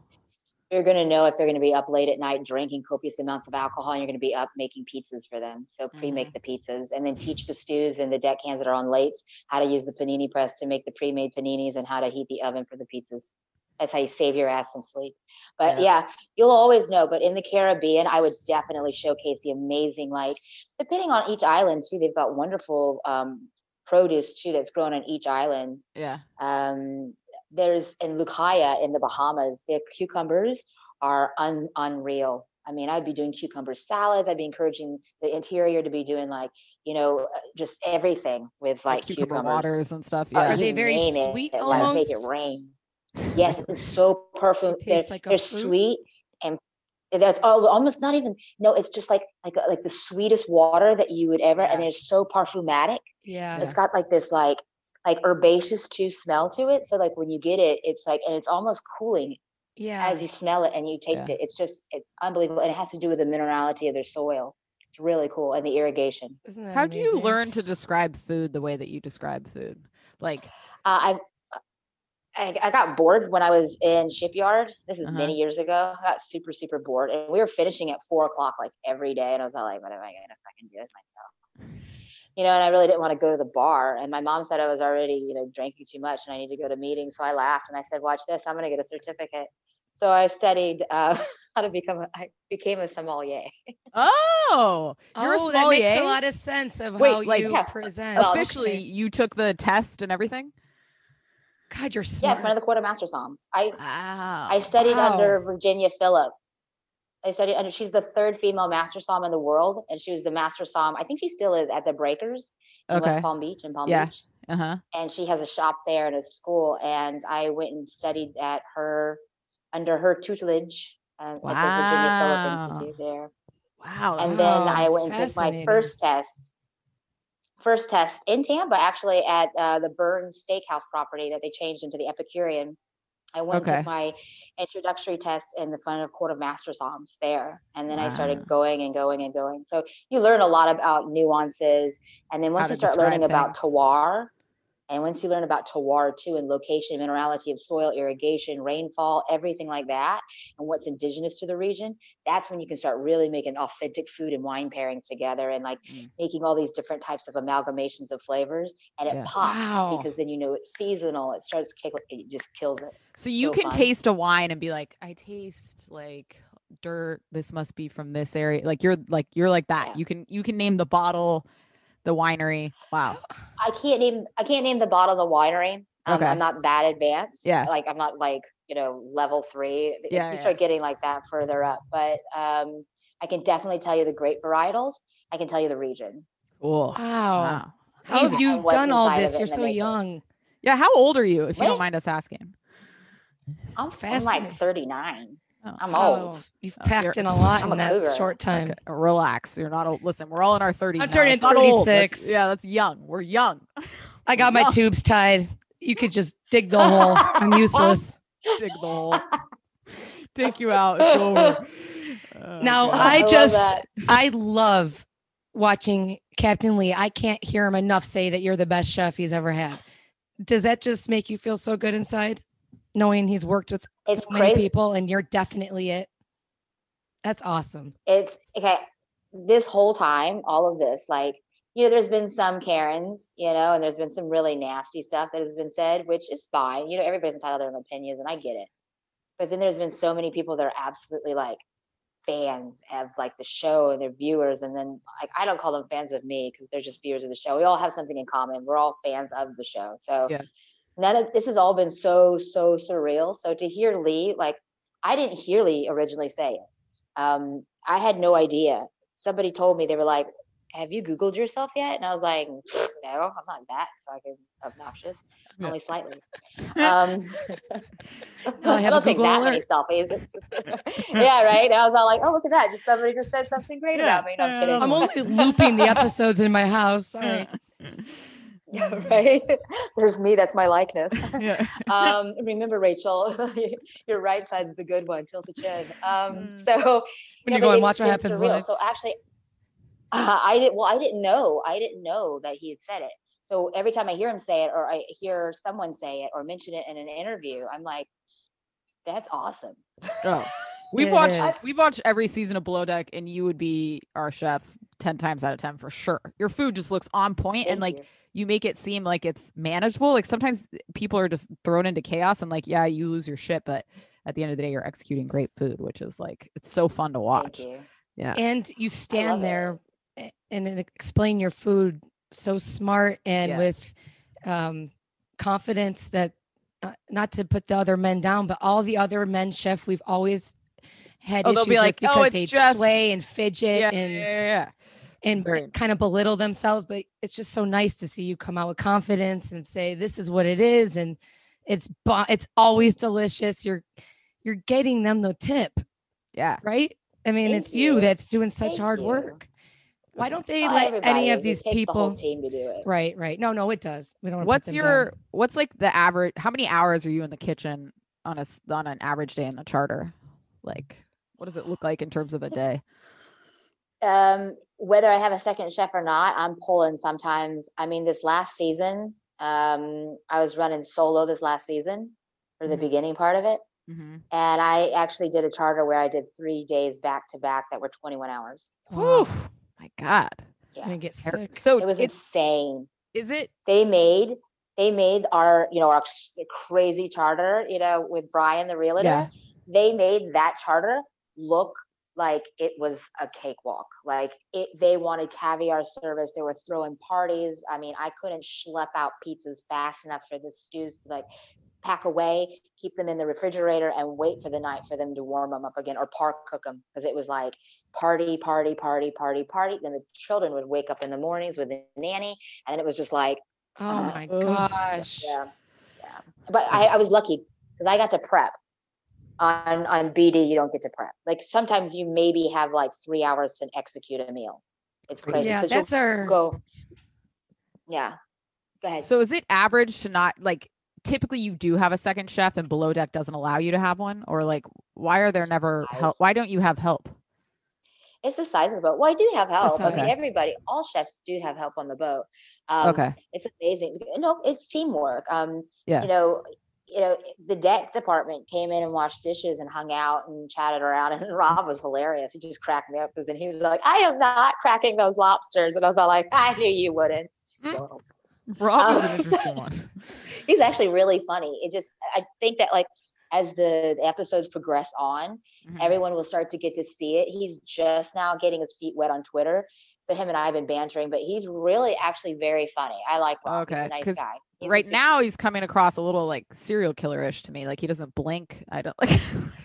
[SPEAKER 4] You're going to know if they're going to be up late at night drinking copious amounts of alcohol. And you're going to be up making pizzas for them. So pre-make the pizzas, and then teach the stews and the deckhands that are on lates how to use the panini press to make the pre-made paninis and how to heat the oven for the pizzas. That's how you save your ass some sleep. But yeah. you'll always know. But in the Caribbean, I would definitely showcase the amazing, like, depending on each island too. They've got wonderful um, produce too that's grown on each island
[SPEAKER 3] yeah.
[SPEAKER 4] um, there's in Lucaya in the Bahamas, their cucumbers are un, unreal. I mean, I'd be doing cucumber salads. I'd be encouraging the interior to be doing like, you know, uh, just everything with like,
[SPEAKER 3] cucumber
[SPEAKER 4] cucumbers.
[SPEAKER 3] waters and stuff.
[SPEAKER 4] Uh,
[SPEAKER 3] Yeah.
[SPEAKER 2] Are they
[SPEAKER 4] you
[SPEAKER 2] very
[SPEAKER 4] name it,
[SPEAKER 2] sweet
[SPEAKER 4] Like, make it
[SPEAKER 2] almost?
[SPEAKER 4] rain. Yes, it's so perfect. They're,
[SPEAKER 2] tastes like a
[SPEAKER 4] they're
[SPEAKER 2] fruit?
[SPEAKER 4] sweet and that's al- almost not even. No, it's just like like a- like the sweetest water that you would ever, and they're so parfumatic.
[SPEAKER 2] Yeah.
[SPEAKER 4] It's got like this like like herbaceous too smell to it. So like when you get it, it's like and it's almost cooling
[SPEAKER 2] Yeah.
[SPEAKER 4] as you smell it and you taste it. It's just it's unbelievable. And it has to do with the minerality of their soil. It's really cool and the irrigation.
[SPEAKER 2] Isn't that
[SPEAKER 3] How do you
[SPEAKER 2] amazing?
[SPEAKER 3] learn to describe food the way that you describe food? Like,
[SPEAKER 4] Uh, I I I got bored when I was in shipyard. This is
[SPEAKER 3] Uh-huh.
[SPEAKER 4] many years ago. I got super, super bored. And we were finishing at four o'clock like every day. And I was all like, what am I gonna fucking do with myself? You know, and I really didn't want to go to the bar. And my mom said I was already, you know, drinking too much and I need to go to meetings. So I laughed and I said, watch this, I'm gonna get a certificate. So I studied uh, how to become a, I became a sommelier.
[SPEAKER 3] oh, you're a
[SPEAKER 2] oh, that makes a
[SPEAKER 3] sommelier?
[SPEAKER 2] lot of sense of
[SPEAKER 3] Wait,
[SPEAKER 2] how
[SPEAKER 3] like-
[SPEAKER 2] you
[SPEAKER 4] Yeah,
[SPEAKER 2] present.
[SPEAKER 4] well,
[SPEAKER 3] officially,
[SPEAKER 2] Okay.
[SPEAKER 3] you took the test and everything.
[SPEAKER 2] God, you're
[SPEAKER 4] Yeah,
[SPEAKER 2] smart.
[SPEAKER 4] in front of the quartermaster psalms. I
[SPEAKER 3] Wow.
[SPEAKER 4] I studied
[SPEAKER 2] wow.
[SPEAKER 4] under Virginia Phillip. I studied under. She's the third female master psalm in the world, and she was the master psalm. I think she still is at the Breakers in
[SPEAKER 3] Okay.
[SPEAKER 4] West Palm Beach in Palm
[SPEAKER 3] Yeah.
[SPEAKER 4] Beach,
[SPEAKER 3] Uh huh.
[SPEAKER 4] and she has a shop there and a school. And I went and studied at her under her tutelage um, at the Virginia
[SPEAKER 3] Wow.
[SPEAKER 4] Phillip Institute there
[SPEAKER 3] Wow.
[SPEAKER 4] and
[SPEAKER 3] that's
[SPEAKER 4] then
[SPEAKER 2] Wow,
[SPEAKER 4] I went and took my
[SPEAKER 2] fascinating.
[SPEAKER 4] first test, first test in Tampa, actually at uh, the Burns Steakhouse property that they changed into the Epicurean. I went and
[SPEAKER 3] Okay.
[SPEAKER 4] took my introductory test in the front of Court of Master Psalms there, and then I
[SPEAKER 3] Wow.
[SPEAKER 4] started going and going and going. So you learn a lot about nuances, and then once
[SPEAKER 3] to
[SPEAKER 4] you start learning
[SPEAKER 3] describe
[SPEAKER 4] about
[SPEAKER 3] things.
[SPEAKER 4] tawar, and once you learn about tawar too, and location, minerality of soil, irrigation, rainfall, everything like that, and what's indigenous to the region, that's when you can start really making authentic food and wine pairings together and like
[SPEAKER 3] Mm.
[SPEAKER 4] making all these different types of amalgamations of flavors and it
[SPEAKER 3] Yeah.
[SPEAKER 4] pops
[SPEAKER 2] Wow.
[SPEAKER 4] because then you know it's seasonal it starts kick, it just kills it
[SPEAKER 3] So you
[SPEAKER 4] so
[SPEAKER 3] can
[SPEAKER 4] fun.
[SPEAKER 3] taste a wine and be like, I taste like dirt. This must be from this area. Like you're like you're like that.
[SPEAKER 4] Yeah.
[SPEAKER 3] You can you can name the bottle, the winery. Wow.
[SPEAKER 4] i can't name i can't name the bottle of the winery um,
[SPEAKER 3] Okay.
[SPEAKER 4] i'm not that advanced
[SPEAKER 3] Yeah.
[SPEAKER 4] like i'm not like you know level three If
[SPEAKER 3] Yeah,
[SPEAKER 4] you
[SPEAKER 3] yeah.
[SPEAKER 4] start getting like that further up but um i can definitely tell you the great varietals i can tell you the region
[SPEAKER 3] Cool.
[SPEAKER 4] Oh.
[SPEAKER 2] Wow.
[SPEAKER 3] Wow.
[SPEAKER 2] How have
[SPEAKER 3] Amazing.
[SPEAKER 2] you
[SPEAKER 4] And what's
[SPEAKER 2] done all
[SPEAKER 4] inside of
[SPEAKER 2] this?
[SPEAKER 4] it
[SPEAKER 2] You're
[SPEAKER 4] and then
[SPEAKER 2] so
[SPEAKER 4] make it.
[SPEAKER 2] young.
[SPEAKER 3] Yeah. How old are you? If you don't
[SPEAKER 4] Wait.
[SPEAKER 3] mind us asking.
[SPEAKER 4] i'm, I'm
[SPEAKER 2] Fascinating.
[SPEAKER 4] like 39
[SPEAKER 3] Oh,
[SPEAKER 4] i'm
[SPEAKER 2] Wow.
[SPEAKER 4] old
[SPEAKER 2] You've
[SPEAKER 3] Oh, you're-
[SPEAKER 2] packed in a lot
[SPEAKER 4] I'm
[SPEAKER 2] in
[SPEAKER 4] a
[SPEAKER 2] that
[SPEAKER 4] cougar.
[SPEAKER 2] short time.
[SPEAKER 3] okay, Relax. You're not old. Listen, we're all in our 30s. now.
[SPEAKER 2] turning
[SPEAKER 3] It's not old. That's-
[SPEAKER 2] 36.
[SPEAKER 3] Yeah, that's young. We're young.
[SPEAKER 2] I got my
[SPEAKER 3] No.
[SPEAKER 2] tubes tied. You could just dig the hole. I'm useless.
[SPEAKER 3] Dig the hole. Take you out. It's over. Oh,
[SPEAKER 2] Now
[SPEAKER 3] God.
[SPEAKER 4] I
[SPEAKER 2] I
[SPEAKER 4] love
[SPEAKER 2] just
[SPEAKER 4] that.
[SPEAKER 2] I love watching Captain Lee. I can't hear him enough say that you're the best chef he's ever had. Does that just make you feel so good inside, knowing he's worked with
[SPEAKER 4] It's
[SPEAKER 2] so many
[SPEAKER 4] crazy.
[SPEAKER 2] people and you're definitely it? That's awesome.
[SPEAKER 4] it's okay this whole time all of this like you know there's been some karens you know and there's been some really nasty stuff that has been said which is fine you know everybody's entitled to their own opinions and i get it but then there's been so many people that are absolutely like fans of like the show and their viewers and then like i don't call them fans of me because they're just viewers of the show we all have something in common we're all fans of the show so
[SPEAKER 3] Yeah.
[SPEAKER 4] none of this has all been so so surreal so to hear lee like i didn't hear lee originally say it um i had no idea somebody told me they were like have you googled yourself yet and i was like no i'm not that fucking obnoxious
[SPEAKER 3] Yeah.
[SPEAKER 4] only slightly um,
[SPEAKER 2] Now I
[SPEAKER 4] I,
[SPEAKER 2] have a
[SPEAKER 4] don't take
[SPEAKER 2] Google
[SPEAKER 4] that many selfies. It's- yeah, right. I was all like, oh, look at that. Just somebody just said something great
[SPEAKER 3] Yeah,
[SPEAKER 4] about me. No,
[SPEAKER 3] yeah, I
[SPEAKER 4] I'm kidding.
[SPEAKER 2] I'm only looping the episodes in my house. Sorry.
[SPEAKER 4] Yeah, right. There's me. That's my likeness.
[SPEAKER 3] Yeah.
[SPEAKER 4] um, remember, Rachel, your right side's the good one. Tilt the chin. Um, so
[SPEAKER 2] Mm. When
[SPEAKER 4] Yeah,
[SPEAKER 2] you
[SPEAKER 4] but
[SPEAKER 2] go and
[SPEAKER 4] it's
[SPEAKER 2] watch what
[SPEAKER 4] been
[SPEAKER 2] happens
[SPEAKER 4] surreal.
[SPEAKER 2] live.
[SPEAKER 4] So actually, I didn't. Well, I didn't know. I didn't know that he had said it. So every time I hear him say it or I hear someone say it or mention it in an interview, I'm like, that's awesome.
[SPEAKER 3] Oh. We've
[SPEAKER 2] It
[SPEAKER 3] watched
[SPEAKER 2] is.
[SPEAKER 3] we've watched every season of Below Deck, and you would be our chef ten times out of ten for sure. Your food just looks on point,
[SPEAKER 4] Thank
[SPEAKER 3] and like
[SPEAKER 4] you.
[SPEAKER 3] you make it seem like it's manageable. Like sometimes people are just thrown into chaos, and like yeah, you lose your shit, but at the end of the day, you're executing great food, which is like it's so fun to watch.
[SPEAKER 4] Thank you.
[SPEAKER 2] and you
[SPEAKER 4] love
[SPEAKER 2] stand
[SPEAKER 4] it.
[SPEAKER 2] there a- and, then explain your food so smart and
[SPEAKER 3] Yeah.
[SPEAKER 2] with um, confidence that uh, not to put the other men down, but all the other men chef we've always had
[SPEAKER 3] Oh, they'll
[SPEAKER 2] issues
[SPEAKER 3] be like,
[SPEAKER 2] with because
[SPEAKER 3] "Oh, it's
[SPEAKER 2] they
[SPEAKER 3] just-
[SPEAKER 2] sway and fidget
[SPEAKER 3] Yeah, yeah,
[SPEAKER 2] and
[SPEAKER 3] yeah,
[SPEAKER 2] and
[SPEAKER 3] very nice.
[SPEAKER 2] kind of belittle themselves. But it's just so nice to see you come out with confidence and say this is what it is, and it's bo- it's always delicious. You're you're getting them the tip,
[SPEAKER 3] yeah.
[SPEAKER 2] right? I mean,
[SPEAKER 4] Thank
[SPEAKER 2] it's you,
[SPEAKER 4] you.
[SPEAKER 2] that's doing such
[SPEAKER 4] Thank
[SPEAKER 2] hard
[SPEAKER 4] you.
[SPEAKER 2] work. Why don't they
[SPEAKER 4] Not
[SPEAKER 2] let any
[SPEAKER 4] everybody,
[SPEAKER 2] of
[SPEAKER 4] it
[SPEAKER 2] these
[SPEAKER 4] takes The whole
[SPEAKER 2] people?
[SPEAKER 4] team to do it.
[SPEAKER 2] Right, right. No, no, it does. We don't. wanna put
[SPEAKER 3] What's
[SPEAKER 2] them
[SPEAKER 3] your
[SPEAKER 2] down.
[SPEAKER 3] what's like the average? How many hours are you in the kitchen on a s- on an average day in the charter? Like, what does it look like in terms of a day?
[SPEAKER 4] um, whether I have a second chef or not, I'm pulling sometimes. I mean, this last season, um, I was running solo this last season or the
[SPEAKER 3] Mhm.
[SPEAKER 4] beginning part of it.
[SPEAKER 3] Mm-hmm.
[SPEAKER 4] And I actually did a charter where I did three days back to back that were 21 hours.
[SPEAKER 2] Wow.
[SPEAKER 3] my god!
[SPEAKER 2] I'm
[SPEAKER 4] Yeah.
[SPEAKER 2] gonna get
[SPEAKER 3] Ter-
[SPEAKER 2] sick.
[SPEAKER 3] So
[SPEAKER 4] It was
[SPEAKER 3] Oh, it's
[SPEAKER 4] insane.
[SPEAKER 3] is it
[SPEAKER 4] They made, they made our, you know, our s- crazy charter, you know, with Brian, the realtor.
[SPEAKER 3] Yeah.
[SPEAKER 4] They made that charter look like it was a cakewalk. Like it, they wanted caviar service. They were throwing parties. I mean, I couldn't schlep out pizzas fast enough for the stews to like pack away, keep them in the refrigerator, and wait for the night for them to warm them up again or par cook them because it was like party, party, party, party, party. Then the children would wake up in the mornings with the nanny, and then it was just like
[SPEAKER 2] Oh my
[SPEAKER 3] Oh.
[SPEAKER 2] gosh.
[SPEAKER 4] yeah, yeah. But I, I was lucky because I got to prep. On on BD, you don't get to prep. Like sometimes you maybe have like three hours to execute a meal. It's
[SPEAKER 3] Yeah,
[SPEAKER 4] crazy.
[SPEAKER 2] Yeah,
[SPEAKER 4] 'cause you'll
[SPEAKER 2] that's our.
[SPEAKER 4] go. Yeah. Go ahead.
[SPEAKER 3] so is it average to not like typically you do have a second chef and below deck doesn't allow you to have one or like why are there never help
[SPEAKER 4] Nice.
[SPEAKER 3] why don't you have help
[SPEAKER 4] It's the size of the boat. Well, I do have help. I mean,
[SPEAKER 3] size.
[SPEAKER 4] everybody, all chefs do have help on the boat. Um,
[SPEAKER 3] okay
[SPEAKER 4] it's amazing. No, it's teamwork. Um,
[SPEAKER 3] Yeah.
[SPEAKER 4] you know, you know, the deck department came in and washed dishes and hung out and chatted around. And Rob was hilarious. He just cracked me up because then he was like, "I am not cracking those lobsters," and I was all like, "I knew you wouldn't."
[SPEAKER 3] Mm.
[SPEAKER 4] So,
[SPEAKER 3] rob is
[SPEAKER 4] Um,
[SPEAKER 3] an interesting one Mm-hmm.
[SPEAKER 4] he's actually really funny. It just, I think that like as the episodes progress on,
[SPEAKER 3] Mhm.
[SPEAKER 4] everyone will start to get to see it. He's just now getting his feet wet on Twitter. So him and I have been bantering, but he's really actually very funny. I like Rob. He's
[SPEAKER 3] Okay,
[SPEAKER 4] a nice
[SPEAKER 3] 'cause
[SPEAKER 4] guy. He's a
[SPEAKER 3] right
[SPEAKER 4] su-
[SPEAKER 3] now he's coming across a little like serial killer-ish to me like he doesn't blink i don't like i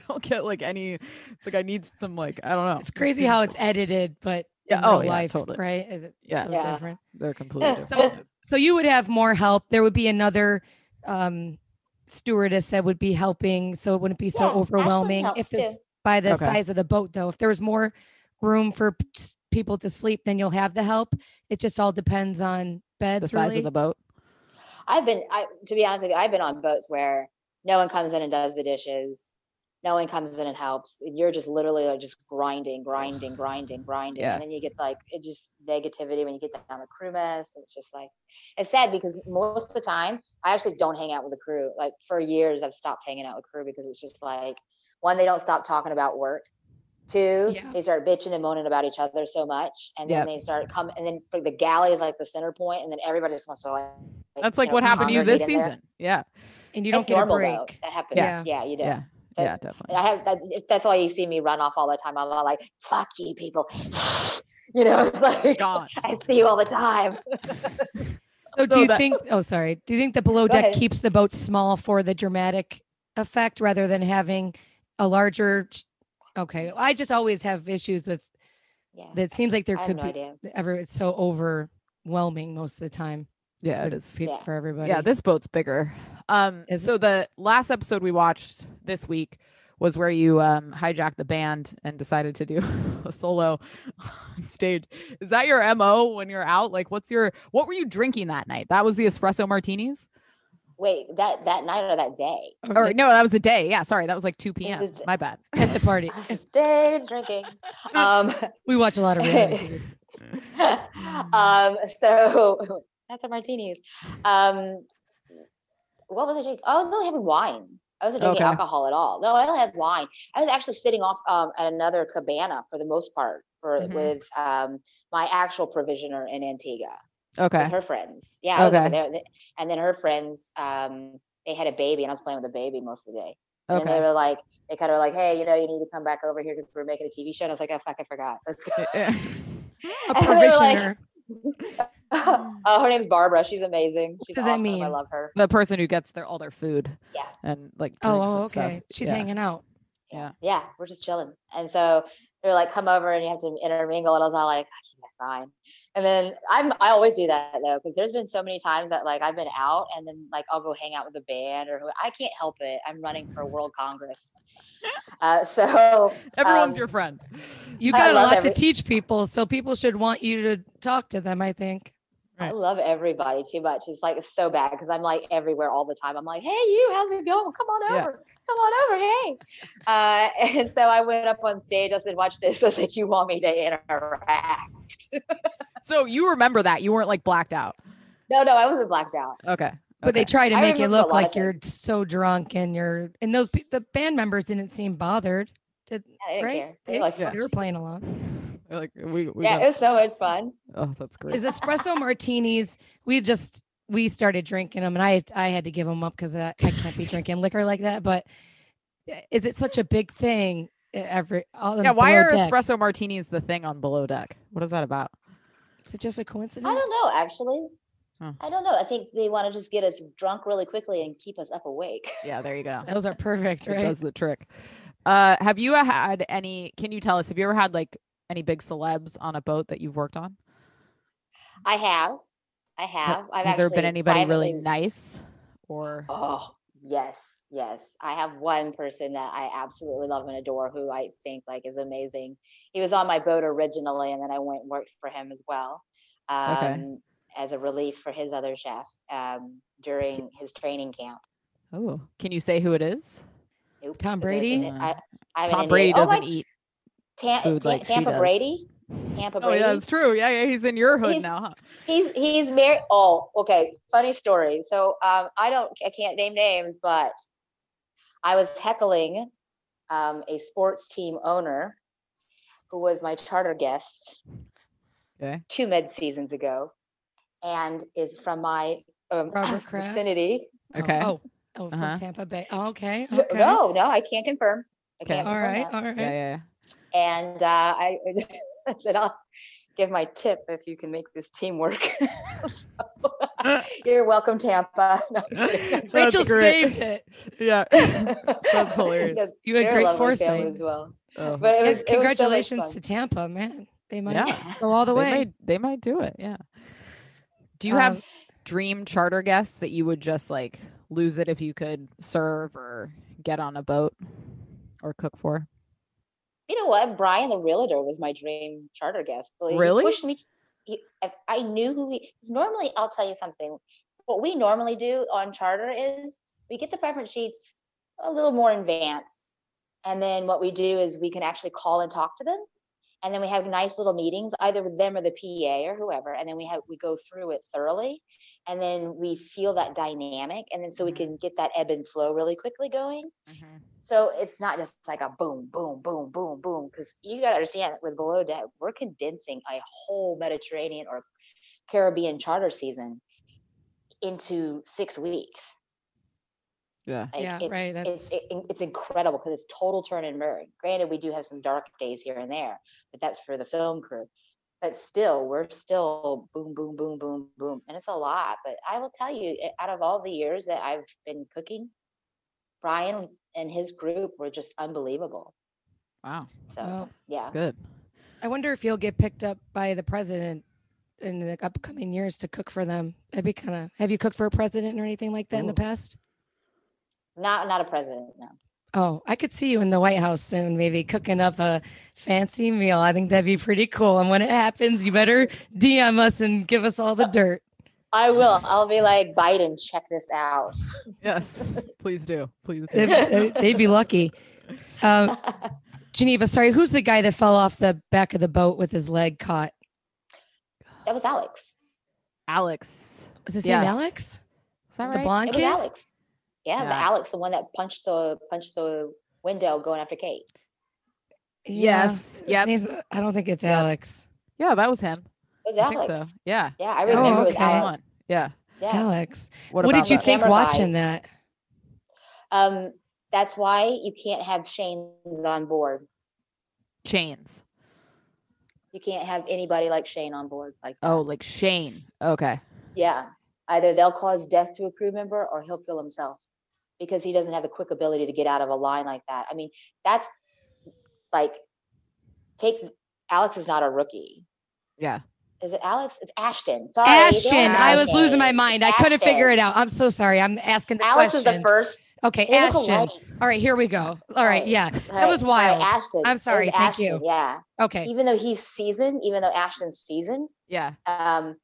[SPEAKER 3] don't get like any it's like i need some like i don't know
[SPEAKER 2] It's crazy how it's edited, but
[SPEAKER 3] Yeah,
[SPEAKER 2] in
[SPEAKER 3] oh,
[SPEAKER 2] real
[SPEAKER 3] yeah,
[SPEAKER 2] life,
[SPEAKER 3] totally.
[SPEAKER 2] right? Is it
[SPEAKER 3] Yeah.
[SPEAKER 2] so
[SPEAKER 4] Yeah.
[SPEAKER 2] different?
[SPEAKER 3] they're completely different.
[SPEAKER 2] So,
[SPEAKER 3] yeah.
[SPEAKER 2] so you would have more help. There would be another um, stewardess that would be helping, so it wouldn't be so
[SPEAKER 4] Yeah, Ashley
[SPEAKER 2] overwhelming.
[SPEAKER 4] helps
[SPEAKER 2] If this
[SPEAKER 4] too.
[SPEAKER 2] by the
[SPEAKER 3] Okay.
[SPEAKER 2] size of the boat, though, if there was more room for p- s- people to sleep, then you'll have the help. It just all depends on beds.
[SPEAKER 3] the size
[SPEAKER 2] really.
[SPEAKER 3] of the boat
[SPEAKER 4] I've been, I, to be honest with you, I've been on boats where no one comes in and does the dishes. No one comes in and helps. and You're just literally like just grinding, grinding, grinding, grinding.
[SPEAKER 3] Yeah.
[SPEAKER 4] And then you get like it just negativity when you get down the crew mess. It's just like it's sad because most of the time I actually don't hang out with the crew. Like for years I've stopped hanging out with crew because it's just like one, they don't stop talking about work. Two,
[SPEAKER 2] Yeah.
[SPEAKER 4] they start bitching and moaning about each other so much. And then
[SPEAKER 3] Yep.
[SPEAKER 4] they start coming and then for the galley is like the center point, and then everybody just wants to like
[SPEAKER 3] that's like
[SPEAKER 4] you know,
[SPEAKER 3] what happened to you
[SPEAKER 4] congregate
[SPEAKER 3] this
[SPEAKER 4] in there.
[SPEAKER 3] season yeah
[SPEAKER 2] and you don't
[SPEAKER 4] It's
[SPEAKER 2] get a
[SPEAKER 4] normal,
[SPEAKER 2] break.
[SPEAKER 4] though. That happens.
[SPEAKER 2] Yeah.
[SPEAKER 4] Yeah, you do.
[SPEAKER 3] yeah
[SPEAKER 4] So-
[SPEAKER 3] yeah
[SPEAKER 4] And
[SPEAKER 3] definitely
[SPEAKER 4] I have that. If that's all you see me run off all the time, I'm all like, "Fuck you, people." You know, it's like
[SPEAKER 3] Gone.
[SPEAKER 4] I see you all the time.
[SPEAKER 2] So,
[SPEAKER 3] So
[SPEAKER 2] do you
[SPEAKER 3] that-
[SPEAKER 2] think? Oh, sorry. Do you think the below
[SPEAKER 4] Go
[SPEAKER 2] deck
[SPEAKER 4] ahead.
[SPEAKER 2] keeps the boat small for the dramatic effect rather than having a larger? ch- Okay, I just always have issues with.
[SPEAKER 4] Yeah,
[SPEAKER 2] It seems like there
[SPEAKER 4] I have
[SPEAKER 2] could
[SPEAKER 4] no
[SPEAKER 2] be
[SPEAKER 4] idea.
[SPEAKER 2] ever. It's so overwhelming most of the time.
[SPEAKER 3] yeah it
[SPEAKER 2] with
[SPEAKER 3] is
[SPEAKER 2] peop-
[SPEAKER 4] Yeah.
[SPEAKER 2] for everybody.
[SPEAKER 3] Yeah, this boat's bigger. Um,
[SPEAKER 2] Is it?
[SPEAKER 3] so the last episode we watched this week was where you um hijacked the band and decided to do a solo on stage. Is that your mo when you're out? Like, what's your what were you drinking that night? That was the espresso martinis,
[SPEAKER 4] Wait, that that night or that day?
[SPEAKER 2] Or
[SPEAKER 3] or
[SPEAKER 2] like
[SPEAKER 3] no, that was the day. Yeah, sorry, that was like 2 p.m.
[SPEAKER 4] was-
[SPEAKER 3] My bad.
[SPEAKER 2] at the party.
[SPEAKER 4] day drinking. Um,
[SPEAKER 3] Mm.
[SPEAKER 2] We watch a lot of reality. TV.
[SPEAKER 4] um, so That's a martinis. Um, what was I drinking? I was only having wine. I wasn't drinking
[SPEAKER 3] Okay.
[SPEAKER 4] alcohol at all. No, I only had wine. I was actually sitting off um, at another cabana for the most part, for
[SPEAKER 3] Mhm.
[SPEAKER 4] with um, my actual provisioner in Antigua
[SPEAKER 3] Okay.
[SPEAKER 4] with her friends. Yeah, I was over
[SPEAKER 3] Okay.
[SPEAKER 4] there. Th- And then her friends, um, they had a baby, and I was playing with the baby most of the day. And then
[SPEAKER 3] Okay.
[SPEAKER 4] they were like, they kind of were like, hey, you know, you need to come back over here because we're making a TV show. And I was like, oh fuck, I forgot. Let's go.
[SPEAKER 2] A
[SPEAKER 4] And they were
[SPEAKER 2] provisioner.
[SPEAKER 4] like- uh, her name's Barbara. She's amazing. She's
[SPEAKER 2] Mm. does that
[SPEAKER 4] awesome. I
[SPEAKER 2] mean?
[SPEAKER 4] love her.
[SPEAKER 3] the person who gets their all their food.
[SPEAKER 4] Yeah.
[SPEAKER 3] And like.
[SPEAKER 2] Oh,
[SPEAKER 3] drinks
[SPEAKER 2] oh,
[SPEAKER 3] and stuff.
[SPEAKER 2] okay. She's
[SPEAKER 3] Yeah.
[SPEAKER 2] hanging out.
[SPEAKER 3] Yeah.
[SPEAKER 4] Yeah, we're just chilling. And so they're like, come over and you have to intermingle. And I was all like, that's fine. And then I'm I always do that though, because there's been so many times that like I've been out and then like I'll go hang out with a band or who I can't help it. I'm running for World Congress. Uh, so
[SPEAKER 3] Everyone's
[SPEAKER 4] Um,
[SPEAKER 3] your friend.
[SPEAKER 2] You
[SPEAKER 4] I
[SPEAKER 2] got a
[SPEAKER 4] love
[SPEAKER 2] lot
[SPEAKER 4] every-
[SPEAKER 2] to teach people, so people should want you to talk to them. I think.
[SPEAKER 4] I
[SPEAKER 3] Right.
[SPEAKER 4] love everybody too much. It's like it's so bad because I'm like everywhere all the time. I'm like, hey, you, how's it going? Come on
[SPEAKER 3] Yeah.
[SPEAKER 4] over. Come on over. Hey. Uh, and so I went up on stage. I said, watch this. I was like, you want me to interact?
[SPEAKER 3] So you remember that you weren't like blacked out.
[SPEAKER 4] No, no, I wasn't blacked out.
[SPEAKER 3] Okay.
[SPEAKER 2] But they
[SPEAKER 3] okay.
[SPEAKER 2] try to
[SPEAKER 4] I
[SPEAKER 2] make you
[SPEAKER 4] remember a
[SPEAKER 2] look
[SPEAKER 4] lot of
[SPEAKER 2] like you're so drunk and you're and those pe- the band members didn't seem bothered. Did
[SPEAKER 4] I didn't
[SPEAKER 2] right?
[SPEAKER 4] care. They
[SPEAKER 2] They,
[SPEAKER 4] were like,
[SPEAKER 2] they were playing along.
[SPEAKER 3] They're like we, we
[SPEAKER 4] yeah,
[SPEAKER 3] got-
[SPEAKER 4] it was so much fun.
[SPEAKER 3] oh that's great.
[SPEAKER 2] Is espresso martinis? We just we started drinking them, and I I had to give them up because I, I can't be drinking liquor like that. But eh, is it such a big thing? e- Every all
[SPEAKER 3] yeah, why are
[SPEAKER 2] deck?
[SPEAKER 3] espresso martinis the thing on below deck? What is that about?
[SPEAKER 2] Is it just a coincidence?
[SPEAKER 4] I don't know, actually.
[SPEAKER 3] Huh.
[SPEAKER 4] I don't know. I think they want to just get us drunk really quickly and keep us up awake.
[SPEAKER 3] Yeah, there you go.
[SPEAKER 2] Those are perfect,
[SPEAKER 3] It
[SPEAKER 2] right?
[SPEAKER 3] does the trick. Uh, have you had any? Can you tell us? Have you ever had like any big celebs on a boat that you've worked on?
[SPEAKER 4] I have. I
[SPEAKER 3] Ha-
[SPEAKER 4] have. I've
[SPEAKER 3] Has there been
[SPEAKER 4] actually
[SPEAKER 3] anybody really
[SPEAKER 4] privately-
[SPEAKER 3] nice? Or
[SPEAKER 4] Oh, yes, yes. I have one person that I absolutely love and adore who I think like is amazing. He was on my boat originally and then I went and worked for him as well. Um
[SPEAKER 3] Okay.
[SPEAKER 4] as a relief for his other chef um during his training camp.
[SPEAKER 3] oh, can you say who it is?
[SPEAKER 4] Nope,
[SPEAKER 2] Tom
[SPEAKER 4] is it- is
[SPEAKER 2] Brady?
[SPEAKER 4] it- I, I'm an
[SPEAKER 3] Tom
[SPEAKER 4] idiot.
[SPEAKER 3] Brady
[SPEAKER 4] Oh my
[SPEAKER 3] doesn't eat.
[SPEAKER 4] Tam-
[SPEAKER 3] food
[SPEAKER 4] Ta-
[SPEAKER 3] like she
[SPEAKER 4] Tampa
[SPEAKER 3] does.
[SPEAKER 4] Brady. Tampa
[SPEAKER 3] Oh
[SPEAKER 4] Brady.
[SPEAKER 3] yeah, that's true. Yeah, yeah, he's in your hood
[SPEAKER 4] He's-
[SPEAKER 3] now, huh?
[SPEAKER 4] He's he's married. Oh, okay. Funny story. So um, I don't I can't name names, but I was heckling um, a sports team owner who was my charter guest
[SPEAKER 3] Okay.
[SPEAKER 4] two mid seasons ago, and is from my um,
[SPEAKER 2] Robert Kraft?
[SPEAKER 4] vicinity.
[SPEAKER 2] Oh,
[SPEAKER 3] Okay.
[SPEAKER 2] Oh, oh, from
[SPEAKER 3] Uh-huh.
[SPEAKER 2] Tampa Bay. Oh, okay.
[SPEAKER 4] No,
[SPEAKER 2] okay.
[SPEAKER 4] No, no, I can't confirm. I
[SPEAKER 3] Okay.
[SPEAKER 4] can't
[SPEAKER 2] All
[SPEAKER 4] confirm
[SPEAKER 2] right.
[SPEAKER 4] that.
[SPEAKER 2] All right.
[SPEAKER 3] Yeah, yeah, yeah.
[SPEAKER 4] And uh, I, I said, I'll give my tip if you can make this team work. So, You're welcome, Tampa. No, I'm kidding. I'm
[SPEAKER 3] That's
[SPEAKER 2] Rachel
[SPEAKER 3] great.
[SPEAKER 2] saved it.
[SPEAKER 3] Yeah.
[SPEAKER 4] That's
[SPEAKER 3] hilarious.
[SPEAKER 2] You had great
[SPEAKER 4] as
[SPEAKER 2] foresight.
[SPEAKER 4] well.
[SPEAKER 3] Oh,
[SPEAKER 4] But it
[SPEAKER 2] And
[SPEAKER 4] was it was so much
[SPEAKER 2] Congratulations
[SPEAKER 4] fun.
[SPEAKER 2] to Tampa, man. They might
[SPEAKER 3] Yeah.
[SPEAKER 2] go all the
[SPEAKER 3] they
[SPEAKER 2] way.
[SPEAKER 3] might they might do it. Yeah. Do you
[SPEAKER 2] Um,
[SPEAKER 3] have dream charter guests that you would just like lose it if you could serve or get on a boat or cook for?
[SPEAKER 4] You know what? Brian the realtor was my dream charter guest. Believe
[SPEAKER 3] Really?
[SPEAKER 4] He pushed me. to- he- I- I knew who he. 'cause Normally, I'll tell you something. What we normally do on charter is we get the preference sheets a little more in advance, and then what we do is we can actually call and talk to them, and then we have nice little meetings, either with them or the PA or whoever, and then we have we go through it thoroughly, and then we feel that dynamic, and then so we
[SPEAKER 3] Mhm.
[SPEAKER 4] can get that ebb and flow really quickly going. So it's not just like a boom, boom, boom, boom, boom. Because you got to understand with below deck, we're condensing a whole Mediterranean or Caribbean charter season into six weeks.
[SPEAKER 3] Yeah.
[SPEAKER 4] Like,
[SPEAKER 2] Yeah,
[SPEAKER 4] it's,
[SPEAKER 2] right,
[SPEAKER 4] It's,
[SPEAKER 2] that's-
[SPEAKER 4] it- it's incredible because it's total turn and burn. Granted, we do have some dark days here and there, but that's for the film crew. But still, we're still boom, boom, boom, boom, boom. And it's a lot. But I will tell you, eh, out of all the years that I've been cooking, Brian and his group were just unbelievable.
[SPEAKER 3] Wow.
[SPEAKER 4] So,
[SPEAKER 2] Wow.
[SPEAKER 4] yeah.
[SPEAKER 3] That's good.
[SPEAKER 2] I wonder if you'll get picked up by the president in the upcoming years to cook for them. That'd be kind of. Have you cooked for a president or anything like that in the
[SPEAKER 3] Ooh.
[SPEAKER 2] past?
[SPEAKER 4] Not not a president, no.
[SPEAKER 2] Oh, I could see you in the White House soon, maybe cooking up a fancy meal. I think that'd be pretty cool. And when it happens, you better DM us and give us all the dirt.
[SPEAKER 4] I will. I'll be like Biden. Check this out.
[SPEAKER 3] Yes. Please do. Please
[SPEAKER 2] They'd,
[SPEAKER 3] do.
[SPEAKER 2] they'd- they'd be lucky. Um, Geneva, sorry, who's the guy that fell off the back of the boat with his leg caught?
[SPEAKER 4] that was Alex.
[SPEAKER 3] Alex.
[SPEAKER 2] Was his
[SPEAKER 3] Yes.
[SPEAKER 2] name Alex?
[SPEAKER 3] Is that
[SPEAKER 2] The
[SPEAKER 3] right?
[SPEAKER 2] blonde
[SPEAKER 4] It was
[SPEAKER 2] kid?
[SPEAKER 4] Alex. Yeah, the
[SPEAKER 3] Yeah.
[SPEAKER 4] Alex, the one that punched the punched the window going after Kate.
[SPEAKER 2] Yeah.
[SPEAKER 3] Yes.
[SPEAKER 2] His
[SPEAKER 3] Yep.
[SPEAKER 2] name's- I don't think it's
[SPEAKER 3] Yep.
[SPEAKER 2] Alex.
[SPEAKER 3] Yeah, that was him.
[SPEAKER 4] It was
[SPEAKER 3] I
[SPEAKER 4] Alex.
[SPEAKER 3] think so. Yeah.
[SPEAKER 4] Yeah, I
[SPEAKER 3] Yeah,
[SPEAKER 2] Oh,
[SPEAKER 4] remember it was
[SPEAKER 2] okay.
[SPEAKER 4] Alex.
[SPEAKER 3] Yeah.
[SPEAKER 4] Yeah.
[SPEAKER 2] Alex.
[SPEAKER 3] What,
[SPEAKER 2] What,
[SPEAKER 3] about
[SPEAKER 2] did you
[SPEAKER 3] that?
[SPEAKER 2] think
[SPEAKER 4] Camera
[SPEAKER 2] watching
[SPEAKER 4] vibe.
[SPEAKER 2] that?
[SPEAKER 4] Um, that's why you can't have Shane's on board.
[SPEAKER 3] Chains.
[SPEAKER 4] You can't have anybody like Shane on board like that.
[SPEAKER 3] Oh, like Shane. Okay.
[SPEAKER 4] Yeah. Either they'll cause death to a crew member or he'll kill himself because he doesn't have the quick ability to get out of a line like that. I mean, that's like take Alex is not a rookie.
[SPEAKER 3] Yeah.
[SPEAKER 4] Is it Alex? It's Ashton. Sorry.
[SPEAKER 2] Ashton. I was
[SPEAKER 3] Ashton.
[SPEAKER 2] losing my mind. I couldn't figure
[SPEAKER 4] Ashton.
[SPEAKER 2] it out. I'm so sorry. I'm asking the
[SPEAKER 4] Alex
[SPEAKER 2] question.
[SPEAKER 4] is the first.
[SPEAKER 2] Okay,
[SPEAKER 4] they look
[SPEAKER 2] Ashton.
[SPEAKER 4] alike.
[SPEAKER 2] All right, here we go. All right,
[SPEAKER 4] Right.
[SPEAKER 2] yeah.
[SPEAKER 4] Sorry,
[SPEAKER 2] was
[SPEAKER 4] sorry,
[SPEAKER 2] wild.
[SPEAKER 4] Ashton.
[SPEAKER 2] I'm
[SPEAKER 4] It was
[SPEAKER 2] sorry, thank you.
[SPEAKER 4] Ashton, Yeah.
[SPEAKER 2] Okay.
[SPEAKER 4] Even though he's seasoned, even though Ashton's seasoned,
[SPEAKER 3] Yeah.
[SPEAKER 4] um,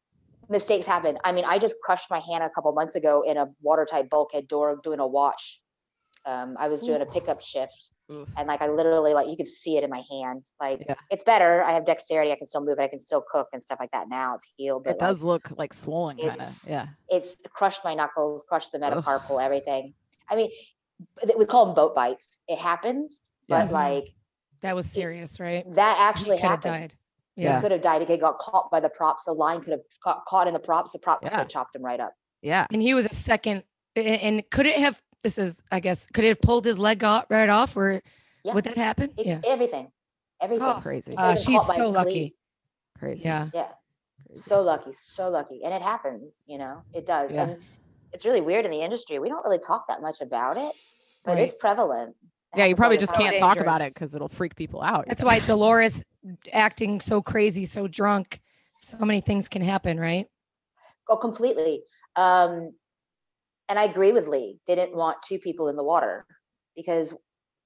[SPEAKER 4] mistakes happen. I mean, I just crushed my hand a couple months ago in a watertight bulkhead door doing a watch. Um, I was doing a
[SPEAKER 3] Ooh.
[SPEAKER 4] pickup shift,
[SPEAKER 3] Oof.
[SPEAKER 4] and like I literally like you could see it in my hand. Like
[SPEAKER 3] Yeah.
[SPEAKER 4] it's better. I have dexterity. I can still move it. I can still cook and stuff like that. Now it's healed. But
[SPEAKER 3] It does look like swollen kind of.
[SPEAKER 4] it's-
[SPEAKER 3] Yeah.
[SPEAKER 4] Like, it's crushed my knuckles, crushed the
[SPEAKER 3] Ugh.
[SPEAKER 4] metacarpal, everything. I mean, th- we call them boat bites. It happens,
[SPEAKER 3] Yeah.
[SPEAKER 4] but like
[SPEAKER 2] That was serious, right?
[SPEAKER 4] that actually
[SPEAKER 2] could have
[SPEAKER 4] happens.
[SPEAKER 2] died.
[SPEAKER 3] Yeah.
[SPEAKER 4] He could have died. He could have got caught by the props. The line could have got caught in the props. The prop could
[SPEAKER 3] Yeah.
[SPEAKER 4] have chopped him right up.
[SPEAKER 3] Yeah.
[SPEAKER 2] And he was a second a- and could it have this is I guess could it have pulled his leg off, right off or
[SPEAKER 4] Yeah.
[SPEAKER 2] would that happen?
[SPEAKER 4] It-
[SPEAKER 2] yeah.
[SPEAKER 4] Everything. Everything.
[SPEAKER 2] Oh,
[SPEAKER 3] Crazy.
[SPEAKER 4] could've
[SPEAKER 2] Uh,
[SPEAKER 4] been
[SPEAKER 2] she's
[SPEAKER 4] caught by
[SPEAKER 2] so
[SPEAKER 4] a
[SPEAKER 2] lucky.
[SPEAKER 4] police.
[SPEAKER 3] Crazy.
[SPEAKER 2] Yeah.
[SPEAKER 4] Yeah.
[SPEAKER 3] Crazy.
[SPEAKER 4] So lucky. So lucky. And it happens, you know, it does.
[SPEAKER 3] Yeah.
[SPEAKER 4] And it's really weird in the industry. We don't really talk that much about it, but
[SPEAKER 2] Right.
[SPEAKER 4] it's prevalent. It
[SPEAKER 3] yeah, you
[SPEAKER 4] happens
[SPEAKER 3] probably
[SPEAKER 4] all the
[SPEAKER 3] just
[SPEAKER 4] time.
[SPEAKER 3] can't talk about it
[SPEAKER 2] dangerous.
[SPEAKER 3] because it'll freak people out. you
[SPEAKER 2] That's
[SPEAKER 3] know?
[SPEAKER 2] why Dolores acting so crazy, so drunk, so many things can happen, right?
[SPEAKER 4] Oh, completely. Um, and I agree with Lee. Didn't want two people in the water because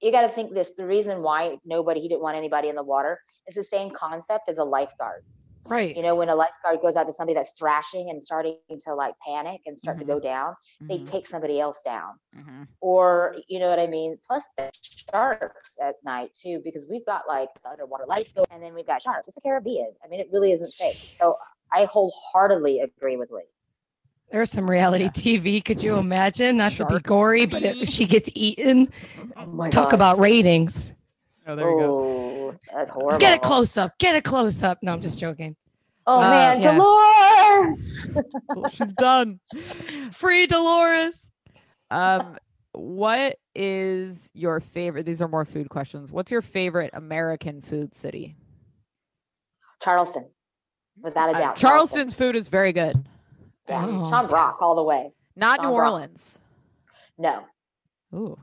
[SPEAKER 4] you got to think this. The reason why nobody he didn't want anybody in the water is the same concept as a lifeguard.
[SPEAKER 2] Right.
[SPEAKER 4] You know, when a lifeguard goes out to somebody that's thrashing and starting to like panic and start to go down, they
[SPEAKER 3] Mhm,
[SPEAKER 4] take somebody else down.
[SPEAKER 3] mhm.
[SPEAKER 4] Or you know what I mean. Plus the sharks at night too, because we've got like the underwater lights go, and then we've got sharks. It's the Caribbean. I mean, it really isn't safe. So I wholeheartedly agree with Lee.
[SPEAKER 2] There's some reality
[SPEAKER 3] Yeah.
[SPEAKER 2] TV. Could you imagine? Not to be
[SPEAKER 3] Shark.
[SPEAKER 2] gory, but if she gets eaten,
[SPEAKER 4] Oh my
[SPEAKER 2] talk
[SPEAKER 4] gosh.
[SPEAKER 2] about ratings.
[SPEAKER 5] Oh, there you go.
[SPEAKER 4] oh, That's horrible.
[SPEAKER 2] Get a close up. Get a close up. No, I'm just joking.
[SPEAKER 4] Oh
[SPEAKER 3] Uh,
[SPEAKER 4] man,
[SPEAKER 2] yeah.
[SPEAKER 4] Dolores.
[SPEAKER 3] Well, she's done.
[SPEAKER 2] Free Dolores.
[SPEAKER 3] Um, what is your favorite? These are more food questions. What's your favorite American food city?
[SPEAKER 4] Charleston, without a
[SPEAKER 3] Uh,
[SPEAKER 4] doubt.
[SPEAKER 3] Charleston's food is very good.
[SPEAKER 4] Yeah.
[SPEAKER 2] Wow.
[SPEAKER 4] Sean Brock all the way.
[SPEAKER 3] Not
[SPEAKER 4] Sean
[SPEAKER 3] New
[SPEAKER 4] Brock.
[SPEAKER 3] Orleans.
[SPEAKER 4] No,
[SPEAKER 3] Ooh.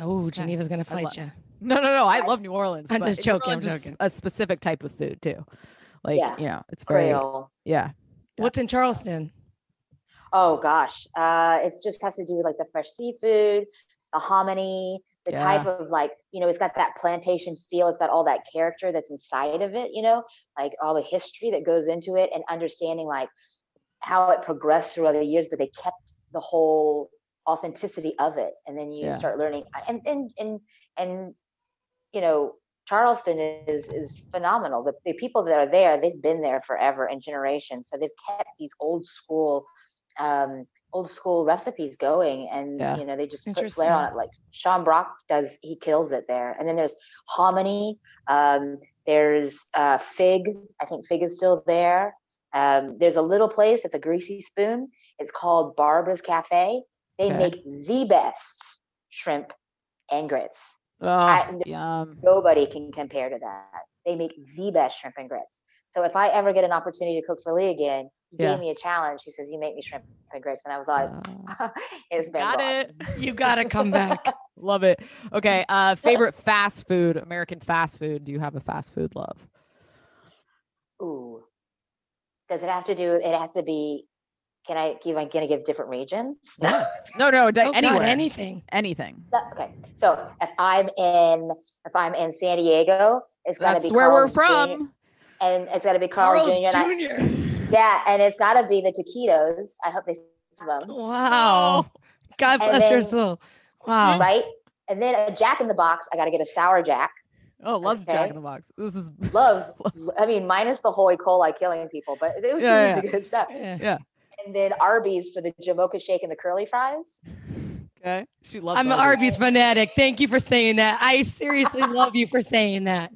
[SPEAKER 2] Oh, Geneva's gonna
[SPEAKER 3] love-
[SPEAKER 2] fight you.
[SPEAKER 3] No, no, no. I
[SPEAKER 4] I-
[SPEAKER 3] love New Orleans.
[SPEAKER 2] I'm
[SPEAKER 3] but
[SPEAKER 2] just
[SPEAKER 3] New
[SPEAKER 2] joking, I'm
[SPEAKER 3] Orleans is
[SPEAKER 2] joking.
[SPEAKER 3] A specific type of food too. Like,
[SPEAKER 4] Yeah.
[SPEAKER 3] you know, it's very
[SPEAKER 4] Creole.
[SPEAKER 3] yeah. Yeah.
[SPEAKER 2] What's in Charleston?
[SPEAKER 4] Oh gosh, uh, it just has to do with like the fresh seafood, the hominy, the type of like you know, it's got that plantation feel. It's got all that character that's inside of it. You know, like all the history that goes into it, and understanding like how it progressed through other years, but they kept the whole authenticity of it. And then you
[SPEAKER 3] Yeah.
[SPEAKER 4] start learning, and and and and you know, Charleston is is phenomenal. The, the people that are there, they've been there forever and generations. So they've kept these old school, um, old school recipes going, and
[SPEAKER 3] Yeah.
[SPEAKER 4] you know they just put flair on it. Like Sean Brock does, he kills it there. And then there's hominy. Um, there's uh, fig. I think fig is still there. Um, there's a little place that's a greasy spoon. It's called Barbara's Cafe. They
[SPEAKER 3] Okay.
[SPEAKER 4] make the best shrimp and grits.
[SPEAKER 3] Oh,
[SPEAKER 4] I-
[SPEAKER 3] yum.
[SPEAKER 4] Nobody can compare to that. They make the best shrimp and grits. So if I ever get an opportunity to cook for Lee again, he
[SPEAKER 3] Yeah.
[SPEAKER 4] gave me a challenge. He says, "You make me shrimp and grits," and I was like,
[SPEAKER 3] Uh,
[SPEAKER 4] "It's been
[SPEAKER 3] got
[SPEAKER 4] gone.
[SPEAKER 3] it.
[SPEAKER 2] You gotta come back.
[SPEAKER 3] Love it.
[SPEAKER 4] Mm.
[SPEAKER 3] Okay. Uh, favorite fast food, American fast food. Do you have a fast food love?
[SPEAKER 4] Ooh, does it have to do? It has to be. Can I give? I'm gonna give different regions.
[SPEAKER 3] Yes. No, no, d-
[SPEAKER 2] Oh, God,
[SPEAKER 3] anywhere,
[SPEAKER 2] anything.
[SPEAKER 3] anything.
[SPEAKER 4] That- okay, so if I'm in if I'm in San Diego, it's gonna
[SPEAKER 3] That's
[SPEAKER 4] be
[SPEAKER 3] where we're
[SPEAKER 4] Carl's Jr.
[SPEAKER 3] from.
[SPEAKER 4] and it's gonna be Carl Jr. And I, yeah, and it's gotta be the taquitos. I hope they sell them.
[SPEAKER 2] Wow. God
[SPEAKER 4] And
[SPEAKER 2] bless your
[SPEAKER 4] then-
[SPEAKER 2] soul. Wow.
[SPEAKER 3] Mm-hmm.
[SPEAKER 4] right? And then a Jack in the Box. I got to get a sour Jack.
[SPEAKER 3] Oh, love Jack
[SPEAKER 4] Okay.
[SPEAKER 3] in the Box. This is
[SPEAKER 4] Love, I mean, minus the whole E. coli killing people, but it was
[SPEAKER 3] Yeah,
[SPEAKER 4] really good stuff.
[SPEAKER 2] Yeah.
[SPEAKER 4] And then Arby's for the Jamocha shake and the curly fries.
[SPEAKER 3] okay. She loves.
[SPEAKER 2] I'm an Arby's fanatic. Thank you for saying that. I seriously love you for saying that.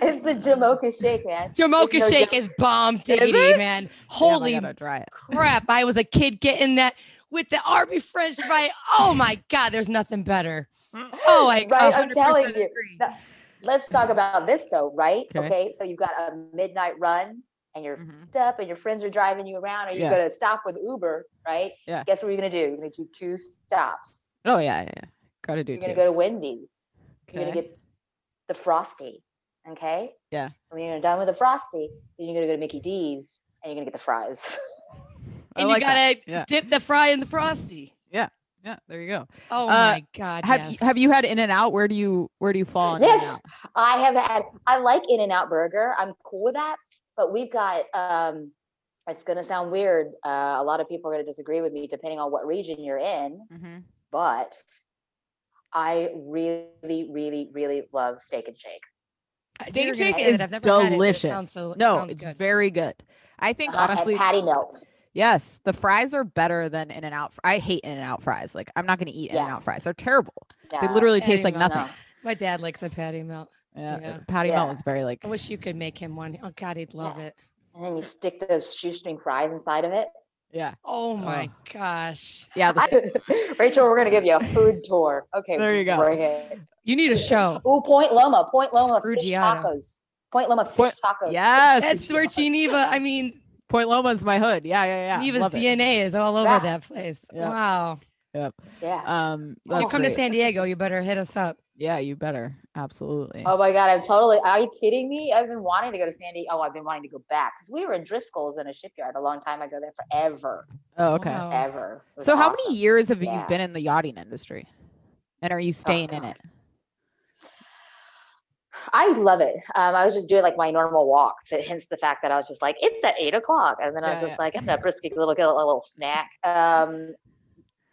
[SPEAKER 4] It's the Jamocha shake, man.
[SPEAKER 2] Jamocha
[SPEAKER 4] no
[SPEAKER 2] shake
[SPEAKER 4] joke.
[SPEAKER 2] is bomb diggity, man. Holy
[SPEAKER 3] I gotta try it.
[SPEAKER 2] crap. I was a kid getting that with the Arby French fry. Oh my God, there's nothing better. Oh, I
[SPEAKER 4] Right, I'm
[SPEAKER 2] 100%
[SPEAKER 4] telling you.
[SPEAKER 2] agree.
[SPEAKER 4] No, Let's talk about this though, right?
[SPEAKER 3] Okay.
[SPEAKER 4] Okay. so you've got a midnight run and you're
[SPEAKER 3] Mhm.
[SPEAKER 4] f***ed up and your friends are driving you around, or you
[SPEAKER 3] Yeah.
[SPEAKER 4] are going to stop with Uber, right?
[SPEAKER 3] Yeah.
[SPEAKER 4] Guess what you're gonna do? You're gonna do two stops.
[SPEAKER 3] Oh yeah, yeah. yeah. Gotta do
[SPEAKER 4] You're gonna
[SPEAKER 3] too.
[SPEAKER 4] go to Wendy's. You're
[SPEAKER 3] Okay.
[SPEAKER 4] gonna get the frosty. Okay.
[SPEAKER 3] Yeah.
[SPEAKER 4] When you're done with the frosty, then you're gonna go to Mickey D's and you're gonna get the fries.
[SPEAKER 3] I
[SPEAKER 2] and
[SPEAKER 3] like
[SPEAKER 2] you
[SPEAKER 3] that.
[SPEAKER 2] gotta
[SPEAKER 3] Yeah.
[SPEAKER 2] dip the fry in the frosty.
[SPEAKER 3] Yeah, there you go.
[SPEAKER 2] Oh
[SPEAKER 3] Uh,
[SPEAKER 2] my God.
[SPEAKER 3] Have
[SPEAKER 2] yes.
[SPEAKER 3] you, have you had In and Out? Where do you where do you fall on
[SPEAKER 4] Yes.
[SPEAKER 3] In-N-Out?
[SPEAKER 4] I have had I like In and Out Burger. I'm cool with that. But we've got um it's gonna sound weird. Uh, a lot of people are gonna disagree with me depending on what region you're in,
[SPEAKER 3] Mhm.
[SPEAKER 2] Mm-hmm.
[SPEAKER 4] but I really, really, really love steak and shake.
[SPEAKER 2] I knew you were gonna
[SPEAKER 3] Steak and shake
[SPEAKER 2] say that.
[SPEAKER 3] is
[SPEAKER 2] I've never had it, but it
[SPEAKER 3] delicious.
[SPEAKER 2] sounds so- it
[SPEAKER 3] no,
[SPEAKER 2] sounds
[SPEAKER 3] it's
[SPEAKER 2] good.
[SPEAKER 3] very good. I think
[SPEAKER 4] Uh-huh, and
[SPEAKER 3] honestly,
[SPEAKER 4] patty melt.
[SPEAKER 3] yes, the fries are better than In and Out. I hate In and Out fries. Like I'm not gonna eat In and Out fries. They're terrible. They
[SPEAKER 2] Uh,
[SPEAKER 4] No,
[SPEAKER 3] literally
[SPEAKER 2] Patty
[SPEAKER 3] taste like
[SPEAKER 2] melt.
[SPEAKER 3] nothing.
[SPEAKER 4] no.
[SPEAKER 2] My dad likes a patty melt.
[SPEAKER 3] Yeah,
[SPEAKER 2] Yeah.
[SPEAKER 3] Patty melt
[SPEAKER 4] Yeah.
[SPEAKER 3] is very like.
[SPEAKER 2] I wish you could make him one. Oh God, he'd love it.
[SPEAKER 4] And then you stick those shoestring fries inside of it.
[SPEAKER 3] Yeah,
[SPEAKER 2] Oh my gosh.
[SPEAKER 3] yeah. the-
[SPEAKER 4] Rachel, we're gonna give you a food tour. Okay,
[SPEAKER 3] There you go.
[SPEAKER 4] Bring it.
[SPEAKER 2] You need a show.
[SPEAKER 4] Ooh, Point Loma, Point Loma fish
[SPEAKER 2] Scroogiata.
[SPEAKER 4] tacos. Point Loma fish
[SPEAKER 3] Point-
[SPEAKER 4] tacos.
[SPEAKER 3] yes,
[SPEAKER 2] That's where Geneva, I mean,
[SPEAKER 3] Point Loma's my hood. Yeah, yeah, yeah.
[SPEAKER 2] Geneva's
[SPEAKER 3] Love it.
[SPEAKER 2] DNA is all over
[SPEAKER 4] Yeah.
[SPEAKER 2] that place.
[SPEAKER 3] Yeah.
[SPEAKER 2] Wow.
[SPEAKER 4] Yeah.
[SPEAKER 3] Um,
[SPEAKER 2] If you
[SPEAKER 3] that's
[SPEAKER 2] come to
[SPEAKER 3] great.
[SPEAKER 2] San Diego, you better hit us up.
[SPEAKER 3] Yeah, you better absolutely.
[SPEAKER 4] Oh my god, I'm totally. Are you kidding me? I've been wanting to go to San Diego. Oh, I've been wanting to go back because we were in Driscoll's in a shipyard a long time ago. There forever,
[SPEAKER 3] Oh, okay.
[SPEAKER 2] Wow.
[SPEAKER 4] ever. It was
[SPEAKER 3] So how
[SPEAKER 4] awesome.
[SPEAKER 3] many years have you
[SPEAKER 4] Yeah.
[SPEAKER 3] been in the yachting industry? And
[SPEAKER 2] Uh,
[SPEAKER 3] are you staying in
[SPEAKER 4] God.
[SPEAKER 3] it?
[SPEAKER 4] I love it. Um, I was just doing like my normal walks, hence the fact that I was just like, it's at eight o'clock, and then I was
[SPEAKER 3] Yeah,
[SPEAKER 4] just
[SPEAKER 3] yeah.
[SPEAKER 4] like, I'm gonna briskly little get a little snack. Um,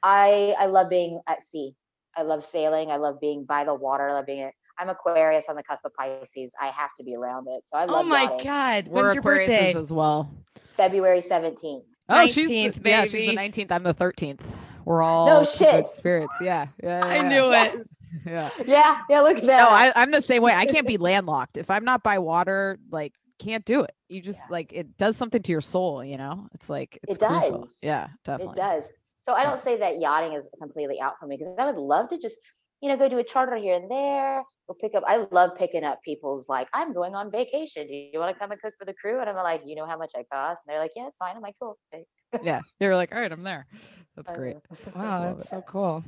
[SPEAKER 4] I I love being at sea. I love sailing. I love being by the water. I love being. I'm Aquarius on the cusp of Pisces. I have to be around it. So I
[SPEAKER 2] Oh
[SPEAKER 4] love.
[SPEAKER 2] my
[SPEAKER 4] yachting.
[SPEAKER 2] God.
[SPEAKER 3] We're
[SPEAKER 2] When's your
[SPEAKER 3] Aquariuses
[SPEAKER 2] birthday?
[SPEAKER 3] as well.
[SPEAKER 4] February 17th.
[SPEAKER 3] Oh, she's the,
[SPEAKER 2] 19th,
[SPEAKER 3] yeah, she's the
[SPEAKER 2] baby.
[SPEAKER 3] nineteenth. I'm the thirteenth. We're all in good
[SPEAKER 4] shit.
[SPEAKER 3] spirits. Yeah, yeah.
[SPEAKER 2] I
[SPEAKER 3] yeah,
[SPEAKER 2] knew it.
[SPEAKER 4] Yes.
[SPEAKER 3] Yeah.
[SPEAKER 4] Yeah, yeah. Look at that.
[SPEAKER 3] No, I, I'm the same way. I can't be landlocked if I'm not by water. Like, can't do it. You just
[SPEAKER 4] Yeah.
[SPEAKER 3] like it does something to your soul. You know, it's like it's
[SPEAKER 4] It
[SPEAKER 3] crucial.
[SPEAKER 4] does.
[SPEAKER 3] Yeah, definitely.
[SPEAKER 4] It does. So I
[SPEAKER 3] Yeah.
[SPEAKER 4] don't say that yachting is completely out for me because I would love to just, you know, go do a charter here and there. We'll pick up. I love picking up people's like, I'm going on vacation. Do you want to come and cook for the crew? And I'm like, you know how much I cost? And they're like, yeah, it's fine. I'm like, cool. thank-
[SPEAKER 3] Yeah, you're like, all right, I'm there. That's great.
[SPEAKER 2] Wow,
[SPEAKER 3] Love
[SPEAKER 2] that's
[SPEAKER 3] it.
[SPEAKER 2] so cool.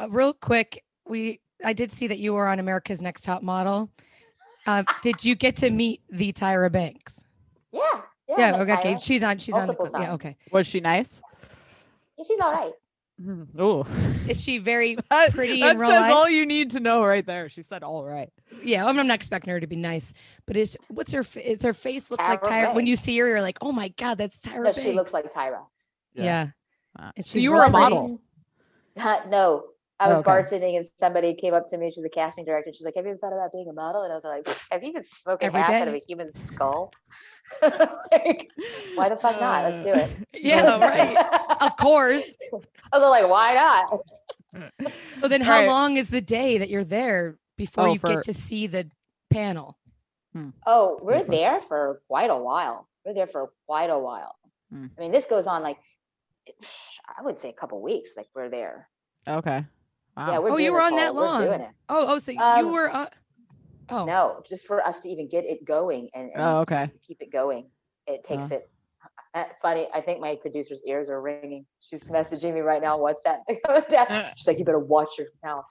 [SPEAKER 2] Uh, real quick, we I did see that you were on America's Next Top Model. Uh, did you get to meet the Tyra Banks?
[SPEAKER 4] Yeah. Yeah.
[SPEAKER 2] Yeah,
[SPEAKER 4] I'm
[SPEAKER 2] okay,
[SPEAKER 4] like,
[SPEAKER 2] okay,
[SPEAKER 4] Tyra,
[SPEAKER 2] she's on. She's on.
[SPEAKER 4] multiple
[SPEAKER 2] The, clip. yeah,
[SPEAKER 4] times.
[SPEAKER 2] okay.
[SPEAKER 3] Was she nice?
[SPEAKER 4] yeah, she's all right.
[SPEAKER 3] Oh,
[SPEAKER 2] Is she very?
[SPEAKER 3] that,
[SPEAKER 2] Hmm. Pretty
[SPEAKER 3] that
[SPEAKER 2] in real
[SPEAKER 3] says
[SPEAKER 2] life?
[SPEAKER 3] all you need to know right there. She said, all right.
[SPEAKER 2] Yeah, I'm, I'm not expecting her to be nice, but is what's her? fa- Is her face look like
[SPEAKER 4] Tyra
[SPEAKER 2] Tyra? When you
[SPEAKER 4] Banks.
[SPEAKER 2] see her, you're like, oh my god, that's Tyra.
[SPEAKER 4] No, she looks
[SPEAKER 2] Banks."
[SPEAKER 4] like Tyra.
[SPEAKER 2] Yeah.
[SPEAKER 3] Wow.
[SPEAKER 2] And
[SPEAKER 3] So
[SPEAKER 2] she's
[SPEAKER 3] you were a
[SPEAKER 2] really
[SPEAKER 3] model.
[SPEAKER 4] Huh, no, I
[SPEAKER 3] Oh,
[SPEAKER 4] was
[SPEAKER 3] okay.
[SPEAKER 4] bartending and somebody came up to me. She was a casting director. She's like, "Have you ever thought about being a model?" And I was like, "Have you even smoking
[SPEAKER 2] Every
[SPEAKER 4] hash out of
[SPEAKER 2] day.
[SPEAKER 4] a human skull?" Like, why the fuck not? Let's do it.
[SPEAKER 2] Uh, Yeah, right. Of course.
[SPEAKER 4] I was like, "Why not?"
[SPEAKER 2] So then,
[SPEAKER 3] All
[SPEAKER 2] how
[SPEAKER 3] right.
[SPEAKER 2] long is the day that you're there before
[SPEAKER 3] Oh,
[SPEAKER 2] you
[SPEAKER 3] for-
[SPEAKER 2] get to see the panel?
[SPEAKER 4] Oh, we're
[SPEAKER 3] Paper.
[SPEAKER 4] there for quite a while. We're there for quite a while.
[SPEAKER 2] Hmm.
[SPEAKER 3] Mm.
[SPEAKER 4] I mean, this goes on like I would say a couple weeks. Like we're there.
[SPEAKER 3] Okay. Wow.
[SPEAKER 4] Yeah, we're
[SPEAKER 2] Oh, you
[SPEAKER 4] doing
[SPEAKER 2] were
[SPEAKER 4] this
[SPEAKER 2] on that
[SPEAKER 4] whole- we're doing
[SPEAKER 2] long.
[SPEAKER 4] it.
[SPEAKER 2] Oh, oh, so you
[SPEAKER 4] Um,
[SPEAKER 2] were. Uh, oh,
[SPEAKER 4] No, just for us to even get it going and, and
[SPEAKER 3] Oh, okay.
[SPEAKER 4] keep it going. It takes it. Uh, funny, I think my producer's ears are ringing. She's messaging me right now. on WhatsApp. She's like, "You better watch your mouth.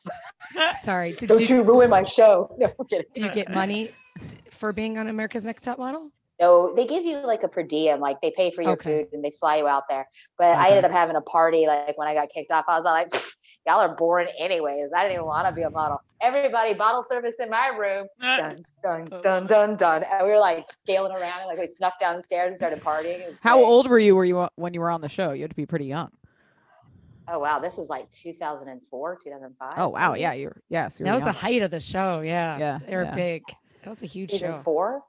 [SPEAKER 2] sorry. Did
[SPEAKER 4] Don't
[SPEAKER 2] you,
[SPEAKER 4] you ruin my show." No, I'm kidding.
[SPEAKER 2] do you get money t- for being on America's Next Top Model?
[SPEAKER 4] No, they give you like a per diem, like they pay for your
[SPEAKER 2] Okay.
[SPEAKER 4] food and they fly you out there. But I
[SPEAKER 3] Okay.
[SPEAKER 4] ended up having a party. Like when I got kicked off, I was all like, "Pfft, "Y'all are boring, anyways. I didn't even want to be a model. Everybody, bottle service in my room.
[SPEAKER 2] Uh,
[SPEAKER 4] Dun dun
[SPEAKER 3] Oh,
[SPEAKER 4] dun dun dun." And we were like scaling around, and like we snuck downstairs and started partying. It was
[SPEAKER 3] How
[SPEAKER 4] great.
[SPEAKER 3] uh, old were you? Were you on- when you were on the show? You had to be pretty young.
[SPEAKER 4] Oh wow, this is like 2004, 2005.
[SPEAKER 3] Oh wow,
[SPEAKER 4] maybe?
[SPEAKER 3] yeah, you're yes, you're
[SPEAKER 2] That was the
[SPEAKER 3] young.
[SPEAKER 2] height of the show. Yeah.
[SPEAKER 3] Yeah,
[SPEAKER 2] They were
[SPEAKER 3] yeah.
[SPEAKER 2] big. That was a huge
[SPEAKER 4] Season
[SPEAKER 2] show.
[SPEAKER 4] four.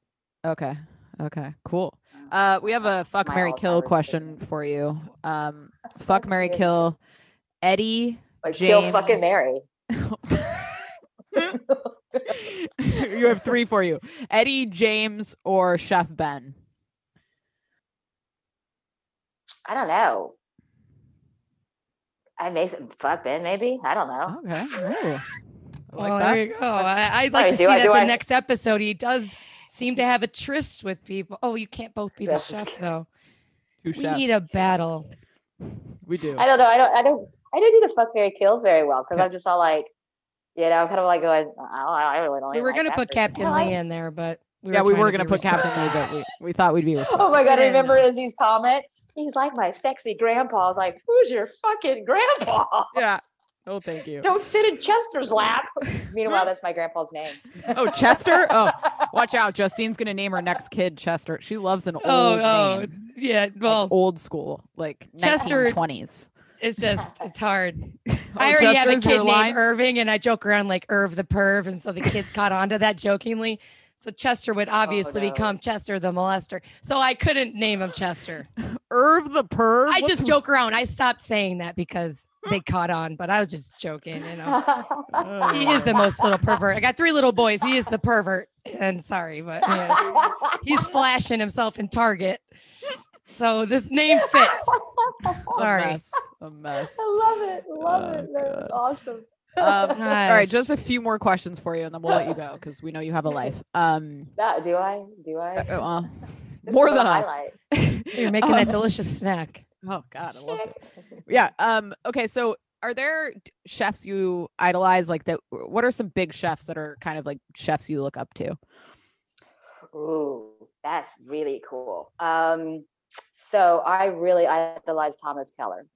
[SPEAKER 3] Okay. Okay. Cool. Uh, we have a fuck
[SPEAKER 4] My
[SPEAKER 3] Mary Kill
[SPEAKER 4] Alzheimer's is
[SPEAKER 3] question
[SPEAKER 4] kicking
[SPEAKER 3] for you. Um, fuck Mary Kill, Eddie.
[SPEAKER 4] Like kill
[SPEAKER 3] James.
[SPEAKER 4] fucking Mary.
[SPEAKER 3] you have three for you: Eddie, James, or Chef Ben.
[SPEAKER 4] I don't know. I may s- fuck Ben, maybe. I don't know.
[SPEAKER 3] Okay. ooh. I
[SPEAKER 2] well,
[SPEAKER 3] Like
[SPEAKER 2] Oh, there
[SPEAKER 3] that.
[SPEAKER 2] you go. I, I'd like
[SPEAKER 4] Sorry,
[SPEAKER 2] to see
[SPEAKER 4] do I-
[SPEAKER 2] that
[SPEAKER 4] do
[SPEAKER 2] the
[SPEAKER 4] I-
[SPEAKER 2] next episode. He does seem to have a tryst with people. Oh, you can't both be the
[SPEAKER 4] Yes.
[SPEAKER 2] chef though.
[SPEAKER 3] Two
[SPEAKER 2] We
[SPEAKER 3] chefs.
[SPEAKER 2] need a battle.
[SPEAKER 3] we do.
[SPEAKER 4] I don't know. I don't. I don't. I don't do the fuck Mary kills very well because I'm just all like, you know, kind of like going. I, don't, I really don't.
[SPEAKER 2] We
[SPEAKER 4] even
[SPEAKER 2] were
[SPEAKER 4] like
[SPEAKER 2] gonna
[SPEAKER 4] that
[SPEAKER 2] put
[SPEAKER 4] person." I
[SPEAKER 2] Captain
[SPEAKER 4] don't
[SPEAKER 2] Lee
[SPEAKER 4] like-
[SPEAKER 2] in there, but we
[SPEAKER 3] yeah, we
[SPEAKER 2] trying to
[SPEAKER 3] were
[SPEAKER 2] be
[SPEAKER 3] gonna put
[SPEAKER 2] respectful.
[SPEAKER 3] Captain Lee, but we, we thought we'd be
[SPEAKER 4] Oh
[SPEAKER 3] respectful.
[SPEAKER 4] my god! I
[SPEAKER 2] Yeah.
[SPEAKER 4] remember Izzy's comment. He's like my sexy grandpa. I was like, who's your fucking grandpa?
[SPEAKER 3] yeah. Oh, thank you.
[SPEAKER 4] Don't sit in Chester's lap. Meanwhile, that's my grandpa's name.
[SPEAKER 3] Oh, Chester. Oh, watch out. Justine's gonna name her next kid Chester. She loves an old
[SPEAKER 2] Oh, oh,
[SPEAKER 3] name.
[SPEAKER 2] yeah.
[SPEAKER 3] like
[SPEAKER 2] Well,
[SPEAKER 3] old school, like
[SPEAKER 2] Chester-
[SPEAKER 3] 1920s.
[SPEAKER 2] it's just it's hard.
[SPEAKER 3] Oh,
[SPEAKER 2] I already have a
[SPEAKER 3] Chester's your
[SPEAKER 2] kid
[SPEAKER 3] line?
[SPEAKER 2] named Er- Irving, and I joke around like Irv the perv, and so the kids caught on to that jokingly. So Chester would obviously
[SPEAKER 4] no.
[SPEAKER 2] become Chester the molester. So I couldn't name him Chester.
[SPEAKER 3] Irv the perv.
[SPEAKER 2] I
[SPEAKER 3] What's
[SPEAKER 2] just joke around. I stopped saying that because they caught on, but I was just joking. You know,
[SPEAKER 3] wrong-
[SPEAKER 2] he is the most little pervert. I got three little boys. He is the pervert, and sorry, but he is. he's flashing himself in Target. So this name fits.
[SPEAKER 3] A
[SPEAKER 2] Sorry.
[SPEAKER 3] mess, A mess.
[SPEAKER 4] I love it. Love
[SPEAKER 3] Oh,
[SPEAKER 4] it. That was
[SPEAKER 3] God.
[SPEAKER 4] awesome.
[SPEAKER 3] Um, all right,
[SPEAKER 2] Gosh.
[SPEAKER 3] just a few more questions for you, and then we'll let you go because we know you have a life. Um,
[SPEAKER 4] That, do I? Do I?
[SPEAKER 3] uh, well,
[SPEAKER 4] This
[SPEAKER 3] more
[SPEAKER 4] was a
[SPEAKER 3] than us.
[SPEAKER 4] highlight.
[SPEAKER 2] You're making that delicious snack.
[SPEAKER 3] Um, Oh God, I love it.
[SPEAKER 4] Check.
[SPEAKER 3] Yeah. Um. Okay. So, are there d- chefs you idolize? Like that? What are some big chefs that are kind of like chefs you look up to?
[SPEAKER 4] Ooh, that's really cool. Um, so I really idolize Thomas Keller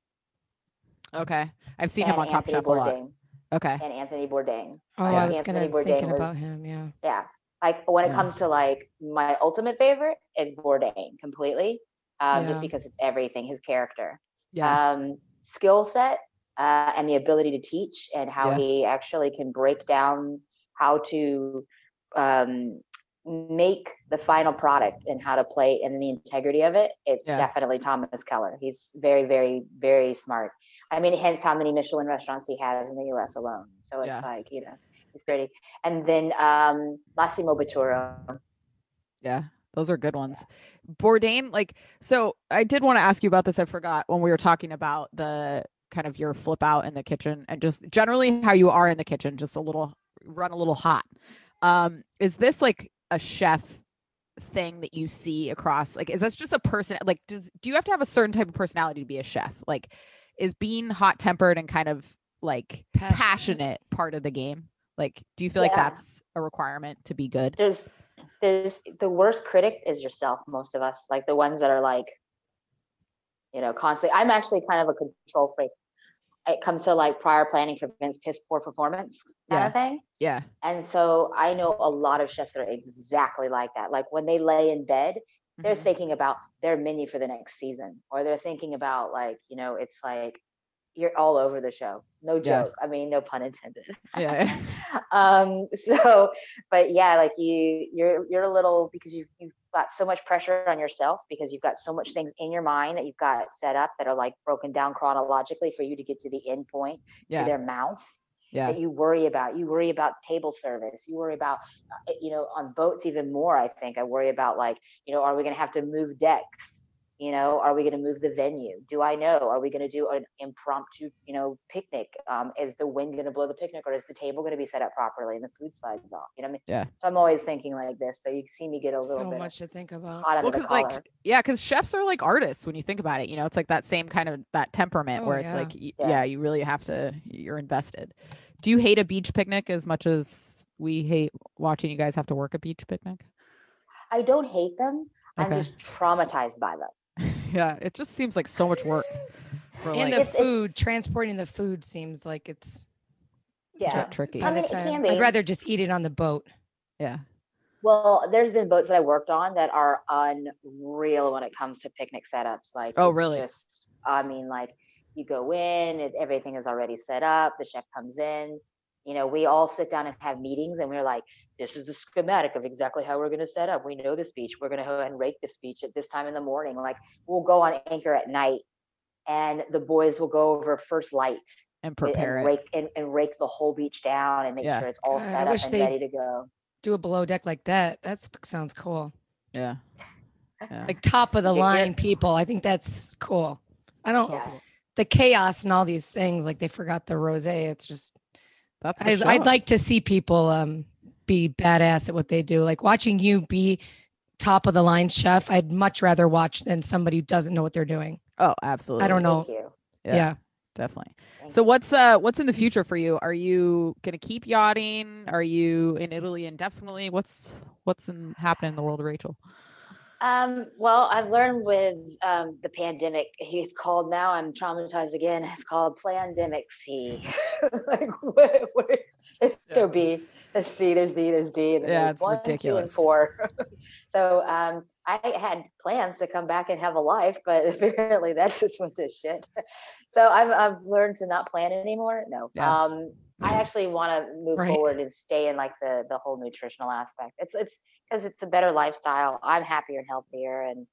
[SPEAKER 3] Okay, I've seen him
[SPEAKER 4] and
[SPEAKER 3] on Top
[SPEAKER 4] Anthony
[SPEAKER 3] Chef a lot.
[SPEAKER 4] Bourdain
[SPEAKER 3] Okay.
[SPEAKER 4] and Anthony Bourdain.
[SPEAKER 2] Oh,
[SPEAKER 3] Yeah.
[SPEAKER 2] I was gonna
[SPEAKER 4] Anthony Bourdain
[SPEAKER 2] thinking about
[SPEAKER 4] was-
[SPEAKER 2] him. Yeah.
[SPEAKER 4] yeah like when it
[SPEAKER 3] Yeah.
[SPEAKER 4] comes to like my ultimate favorite is bourdain completely um, just
[SPEAKER 2] Yeah.
[SPEAKER 4] because it's everything his character
[SPEAKER 3] Yeah.
[SPEAKER 4] um, skill set uh, and the ability to teach and how
[SPEAKER 3] Yeah.
[SPEAKER 4] he actually can break down how to um, make the final product and how to play and then the integrity of it it's
[SPEAKER 3] Yeah.
[SPEAKER 4] definitely thomas keller he's very very very smart i mean hence how many michelin restaurants he has in the us alone so it's
[SPEAKER 3] Yeah.
[SPEAKER 4] like you know he's pretty and then um massimo Bottura.
[SPEAKER 3] Yeah, those are good ones. Bourdain, like, so I did want to ask you about this. I forgot when we were talking about the kind of your flip out in the kitchen and just generally how you are in the kitchen, just a little run a little hot. Um, is this like a chef thing that you see across? Like, is this just a person? Like, does do you have to have a certain type of personality to be a chef? Like, is being hot tempered and kind of like
[SPEAKER 2] Passionate.
[SPEAKER 3] passionate part of the game? Like, do you feel like
[SPEAKER 4] Yeah.
[SPEAKER 3] that's a requirement to be good?
[SPEAKER 4] there's there's the worst critic is yourself most of us like the ones that are like you know constantly i'm actually kind of a control freak it comes to like prior planning prevents piss poor performance kind of thing
[SPEAKER 3] Yeah.
[SPEAKER 4] and so i know a lot of chefs that are exactly like that like when they lay in bed they're
[SPEAKER 3] Mhm.
[SPEAKER 4] thinking about their menu for the next season or they're thinking about like you know it's like you're all over the show no
[SPEAKER 3] Yeah.
[SPEAKER 4] joke i mean no pun intended
[SPEAKER 3] Mm-hmm. Yeah.
[SPEAKER 4] um so but yeah like you you're you're a little because you've, you've got so much pressure on yourself because you've got so much things in your mind that you've got set up that are like broken down chronologically for you to get to the end point
[SPEAKER 3] Yeah.
[SPEAKER 4] to their mouth
[SPEAKER 3] Yeah.
[SPEAKER 4] that you worry about you worry about table service you worry about uh, you know on boats even more i think i worry about like you know are we going to have to move decks you know are we going to move the venue do i know are we going to do an impromptu you know picnic um, is the wind going to blow the picnic or is the table going to be set up properly and the food slides off you know what i mean
[SPEAKER 3] Yeah.
[SPEAKER 4] so i'm always thinking like this so you see me get a little
[SPEAKER 2] So
[SPEAKER 4] bit
[SPEAKER 2] much to think about.
[SPEAKER 4] hot under
[SPEAKER 3] well,
[SPEAKER 4] the
[SPEAKER 3] because
[SPEAKER 4] collar
[SPEAKER 3] like yeah, because chefs are like artists when you think about it. You know, it's like that same kind of that temperament
[SPEAKER 2] Oh,
[SPEAKER 3] where it's
[SPEAKER 2] yeah.
[SPEAKER 3] like, y- yeah.
[SPEAKER 4] Yeah.
[SPEAKER 3] you really have to. You're invested. Do you hate a beach picnic as much as we hate watching you guys have to work a beach picnic?
[SPEAKER 4] i don't hate them i'm
[SPEAKER 3] Okay.
[SPEAKER 4] just traumatized by them
[SPEAKER 3] yeah, it just seems like so much work. For
[SPEAKER 2] And
[SPEAKER 3] like
[SPEAKER 2] the
[SPEAKER 4] It's- it's-
[SPEAKER 2] food, transporting the food seems like it's
[SPEAKER 3] tr-
[SPEAKER 4] yeah
[SPEAKER 3] tricky.
[SPEAKER 4] I mean,
[SPEAKER 2] another
[SPEAKER 4] it
[SPEAKER 2] time.
[SPEAKER 4] can
[SPEAKER 2] I'd
[SPEAKER 4] be.
[SPEAKER 2] rather just eat it on the boat.
[SPEAKER 3] Yeah.
[SPEAKER 4] Well, there's been boats that I worked on that are unreal when it comes to picnic setups. Like,
[SPEAKER 3] Oh,
[SPEAKER 4] it's
[SPEAKER 3] really?
[SPEAKER 4] Just, I mean, like you go in, it, everything is already set up, the chef comes in. You know, we all sit down and have meetings, and we're like, this is the schematic of exactly how we're going to set up. We know the speech. We're going to go ahead and rake the speech at this time in the morning. Like, we'll go on anchor at night, and the boys will go over first light
[SPEAKER 3] and
[SPEAKER 4] and-
[SPEAKER 3] prepare
[SPEAKER 4] and
[SPEAKER 3] it.
[SPEAKER 4] rake and, and rake the whole beach down and make
[SPEAKER 3] Yeah.
[SPEAKER 4] sure it's all
[SPEAKER 2] God, I
[SPEAKER 4] set up
[SPEAKER 2] wish
[SPEAKER 4] and
[SPEAKER 2] they-
[SPEAKER 4] ready to go.
[SPEAKER 2] Do a below deck like that. That sounds cool.
[SPEAKER 3] Yeah. Yeah.
[SPEAKER 2] Like top of the
[SPEAKER 4] You're- you're-
[SPEAKER 2] line people. I think that's cool. I don't
[SPEAKER 4] Yeah.
[SPEAKER 2] the chaos and all these things. Like they forgot the rose. It's just
[SPEAKER 3] That's
[SPEAKER 2] I,
[SPEAKER 3] the
[SPEAKER 2] I'd
[SPEAKER 3] show.
[SPEAKER 2] like to see people um be badass at what they do. Like watching you be top of the line chef. I'd much rather watch than somebody who doesn't know what they're doing.
[SPEAKER 3] Oh, absolutely.
[SPEAKER 2] don't know.
[SPEAKER 4] Thank you.
[SPEAKER 3] Yeah.
[SPEAKER 2] Yeah.
[SPEAKER 3] Definitely.
[SPEAKER 4] Thank
[SPEAKER 3] So what's uh what's in the future for you? Are you gonna keep yachting? Are you in Italy indefinitely? What's what's in, happening in the world of Rachel?
[SPEAKER 4] Um, well, I've learned with um, the pandemic, it's called now, I'm traumatized again. It's called Plandemic C. like, what, what, it's
[SPEAKER 3] Yeah.
[SPEAKER 4] so B, there's C, there's D, there's D. And then
[SPEAKER 3] Yeah,
[SPEAKER 4] there's
[SPEAKER 3] it's
[SPEAKER 4] one, Two, and
[SPEAKER 3] ridiculous.
[SPEAKER 4] four. so um, I had plans to come back and have a life, but apparently that just went to shit. so I've, I've learned to not plan anymore. No.
[SPEAKER 3] Yeah.
[SPEAKER 4] Um, I actually want to move
[SPEAKER 2] Right.
[SPEAKER 4] forward and stay in like the the whole nutritional aspect. It's it's because it's a better lifestyle. I'm happier and healthier, and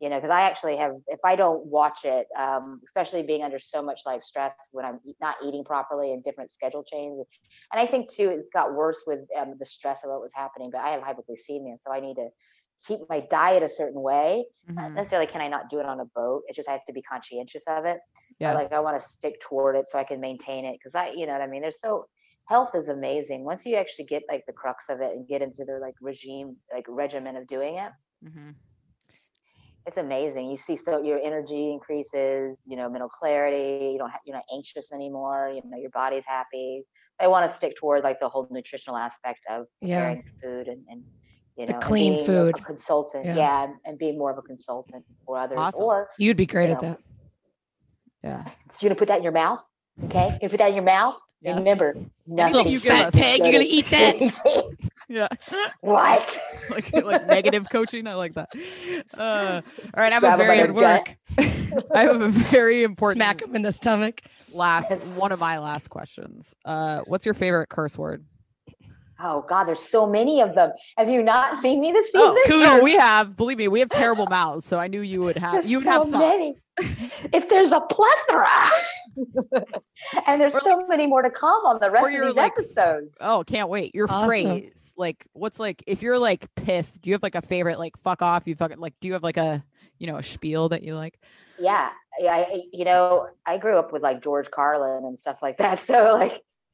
[SPEAKER 4] you know, because I actually have. If I don't watch it, um, especially being under so much like stress when I'm eat, not eating properly and different schedule changes, and I think too it's got worse with um, the stress of what was happening. But I have hypoglycemia, so I need to keep my diet a certain way. Not
[SPEAKER 2] Mm.
[SPEAKER 3] Mhm.
[SPEAKER 4] necessarily can I not do it on a boat. It's just I have to be conscientious of it. But,
[SPEAKER 3] Yeah.
[SPEAKER 4] Like I want to stick toward it so I can maintain it. Cause I, you know what I mean? There's so health is amazing. Once you actually get like the crux of it and get into the like regime, like regimen of doing it,
[SPEAKER 3] Mhm.
[SPEAKER 4] it's amazing. You see so your energy increases, you know, mental clarity, you don't have you're not anxious anymore, you know, your body's happy. I want to stick toward like the whole nutritional aspect of
[SPEAKER 2] Yeah.
[SPEAKER 4] preparing food and, and you
[SPEAKER 2] The
[SPEAKER 4] know, and
[SPEAKER 2] clean
[SPEAKER 4] being
[SPEAKER 2] food.
[SPEAKER 4] a consultant,
[SPEAKER 2] Yeah.
[SPEAKER 4] yeah. and- and being more of a consultant for others,
[SPEAKER 3] Awesome.
[SPEAKER 4] or
[SPEAKER 2] You'd be great at
[SPEAKER 4] Yeah.
[SPEAKER 2] that.
[SPEAKER 3] Yeah.
[SPEAKER 4] So you're gonna put that in your mouth, okay? You're gonna put that in your mouth.
[SPEAKER 3] Yes.
[SPEAKER 4] Remember, nothing.
[SPEAKER 3] mm-hmm. you give us-
[SPEAKER 2] pig, you're gonna eat
[SPEAKER 4] that.
[SPEAKER 3] Yeah.
[SPEAKER 4] what?
[SPEAKER 3] like like negative coaching. I like that. Uh, all right, I have
[SPEAKER 4] Grab 'em
[SPEAKER 3] a
[SPEAKER 4] by
[SPEAKER 3] very
[SPEAKER 4] their
[SPEAKER 3] important. I have a very important
[SPEAKER 2] Smack him in the stomach.
[SPEAKER 3] last one of my last questions. Uh, what's your favorite curse word?
[SPEAKER 4] Oh God, there's so many of them. Have you not seen me this season?
[SPEAKER 3] Oh, no, we have. Believe me, we have terrible mouths, so I knew you would have.
[SPEAKER 4] There's
[SPEAKER 3] You would
[SPEAKER 4] so
[SPEAKER 3] have
[SPEAKER 4] many.
[SPEAKER 3] thoughts.
[SPEAKER 4] If there's a plethora, and there's
[SPEAKER 3] Or
[SPEAKER 4] so many more to come on the rest of
[SPEAKER 3] your,
[SPEAKER 4] these
[SPEAKER 3] like,
[SPEAKER 4] episodes.
[SPEAKER 3] Oh, can't wait. Your
[SPEAKER 2] Awesome.
[SPEAKER 3] phrase, like, what's like, if you're like pissed, do you have like a favorite, like, fuck off? You fucking, like, do you have like a, you know, a spiel that you like?
[SPEAKER 4] yeah yeah I, I- you know i grew up with like george carlin and stuff like that so like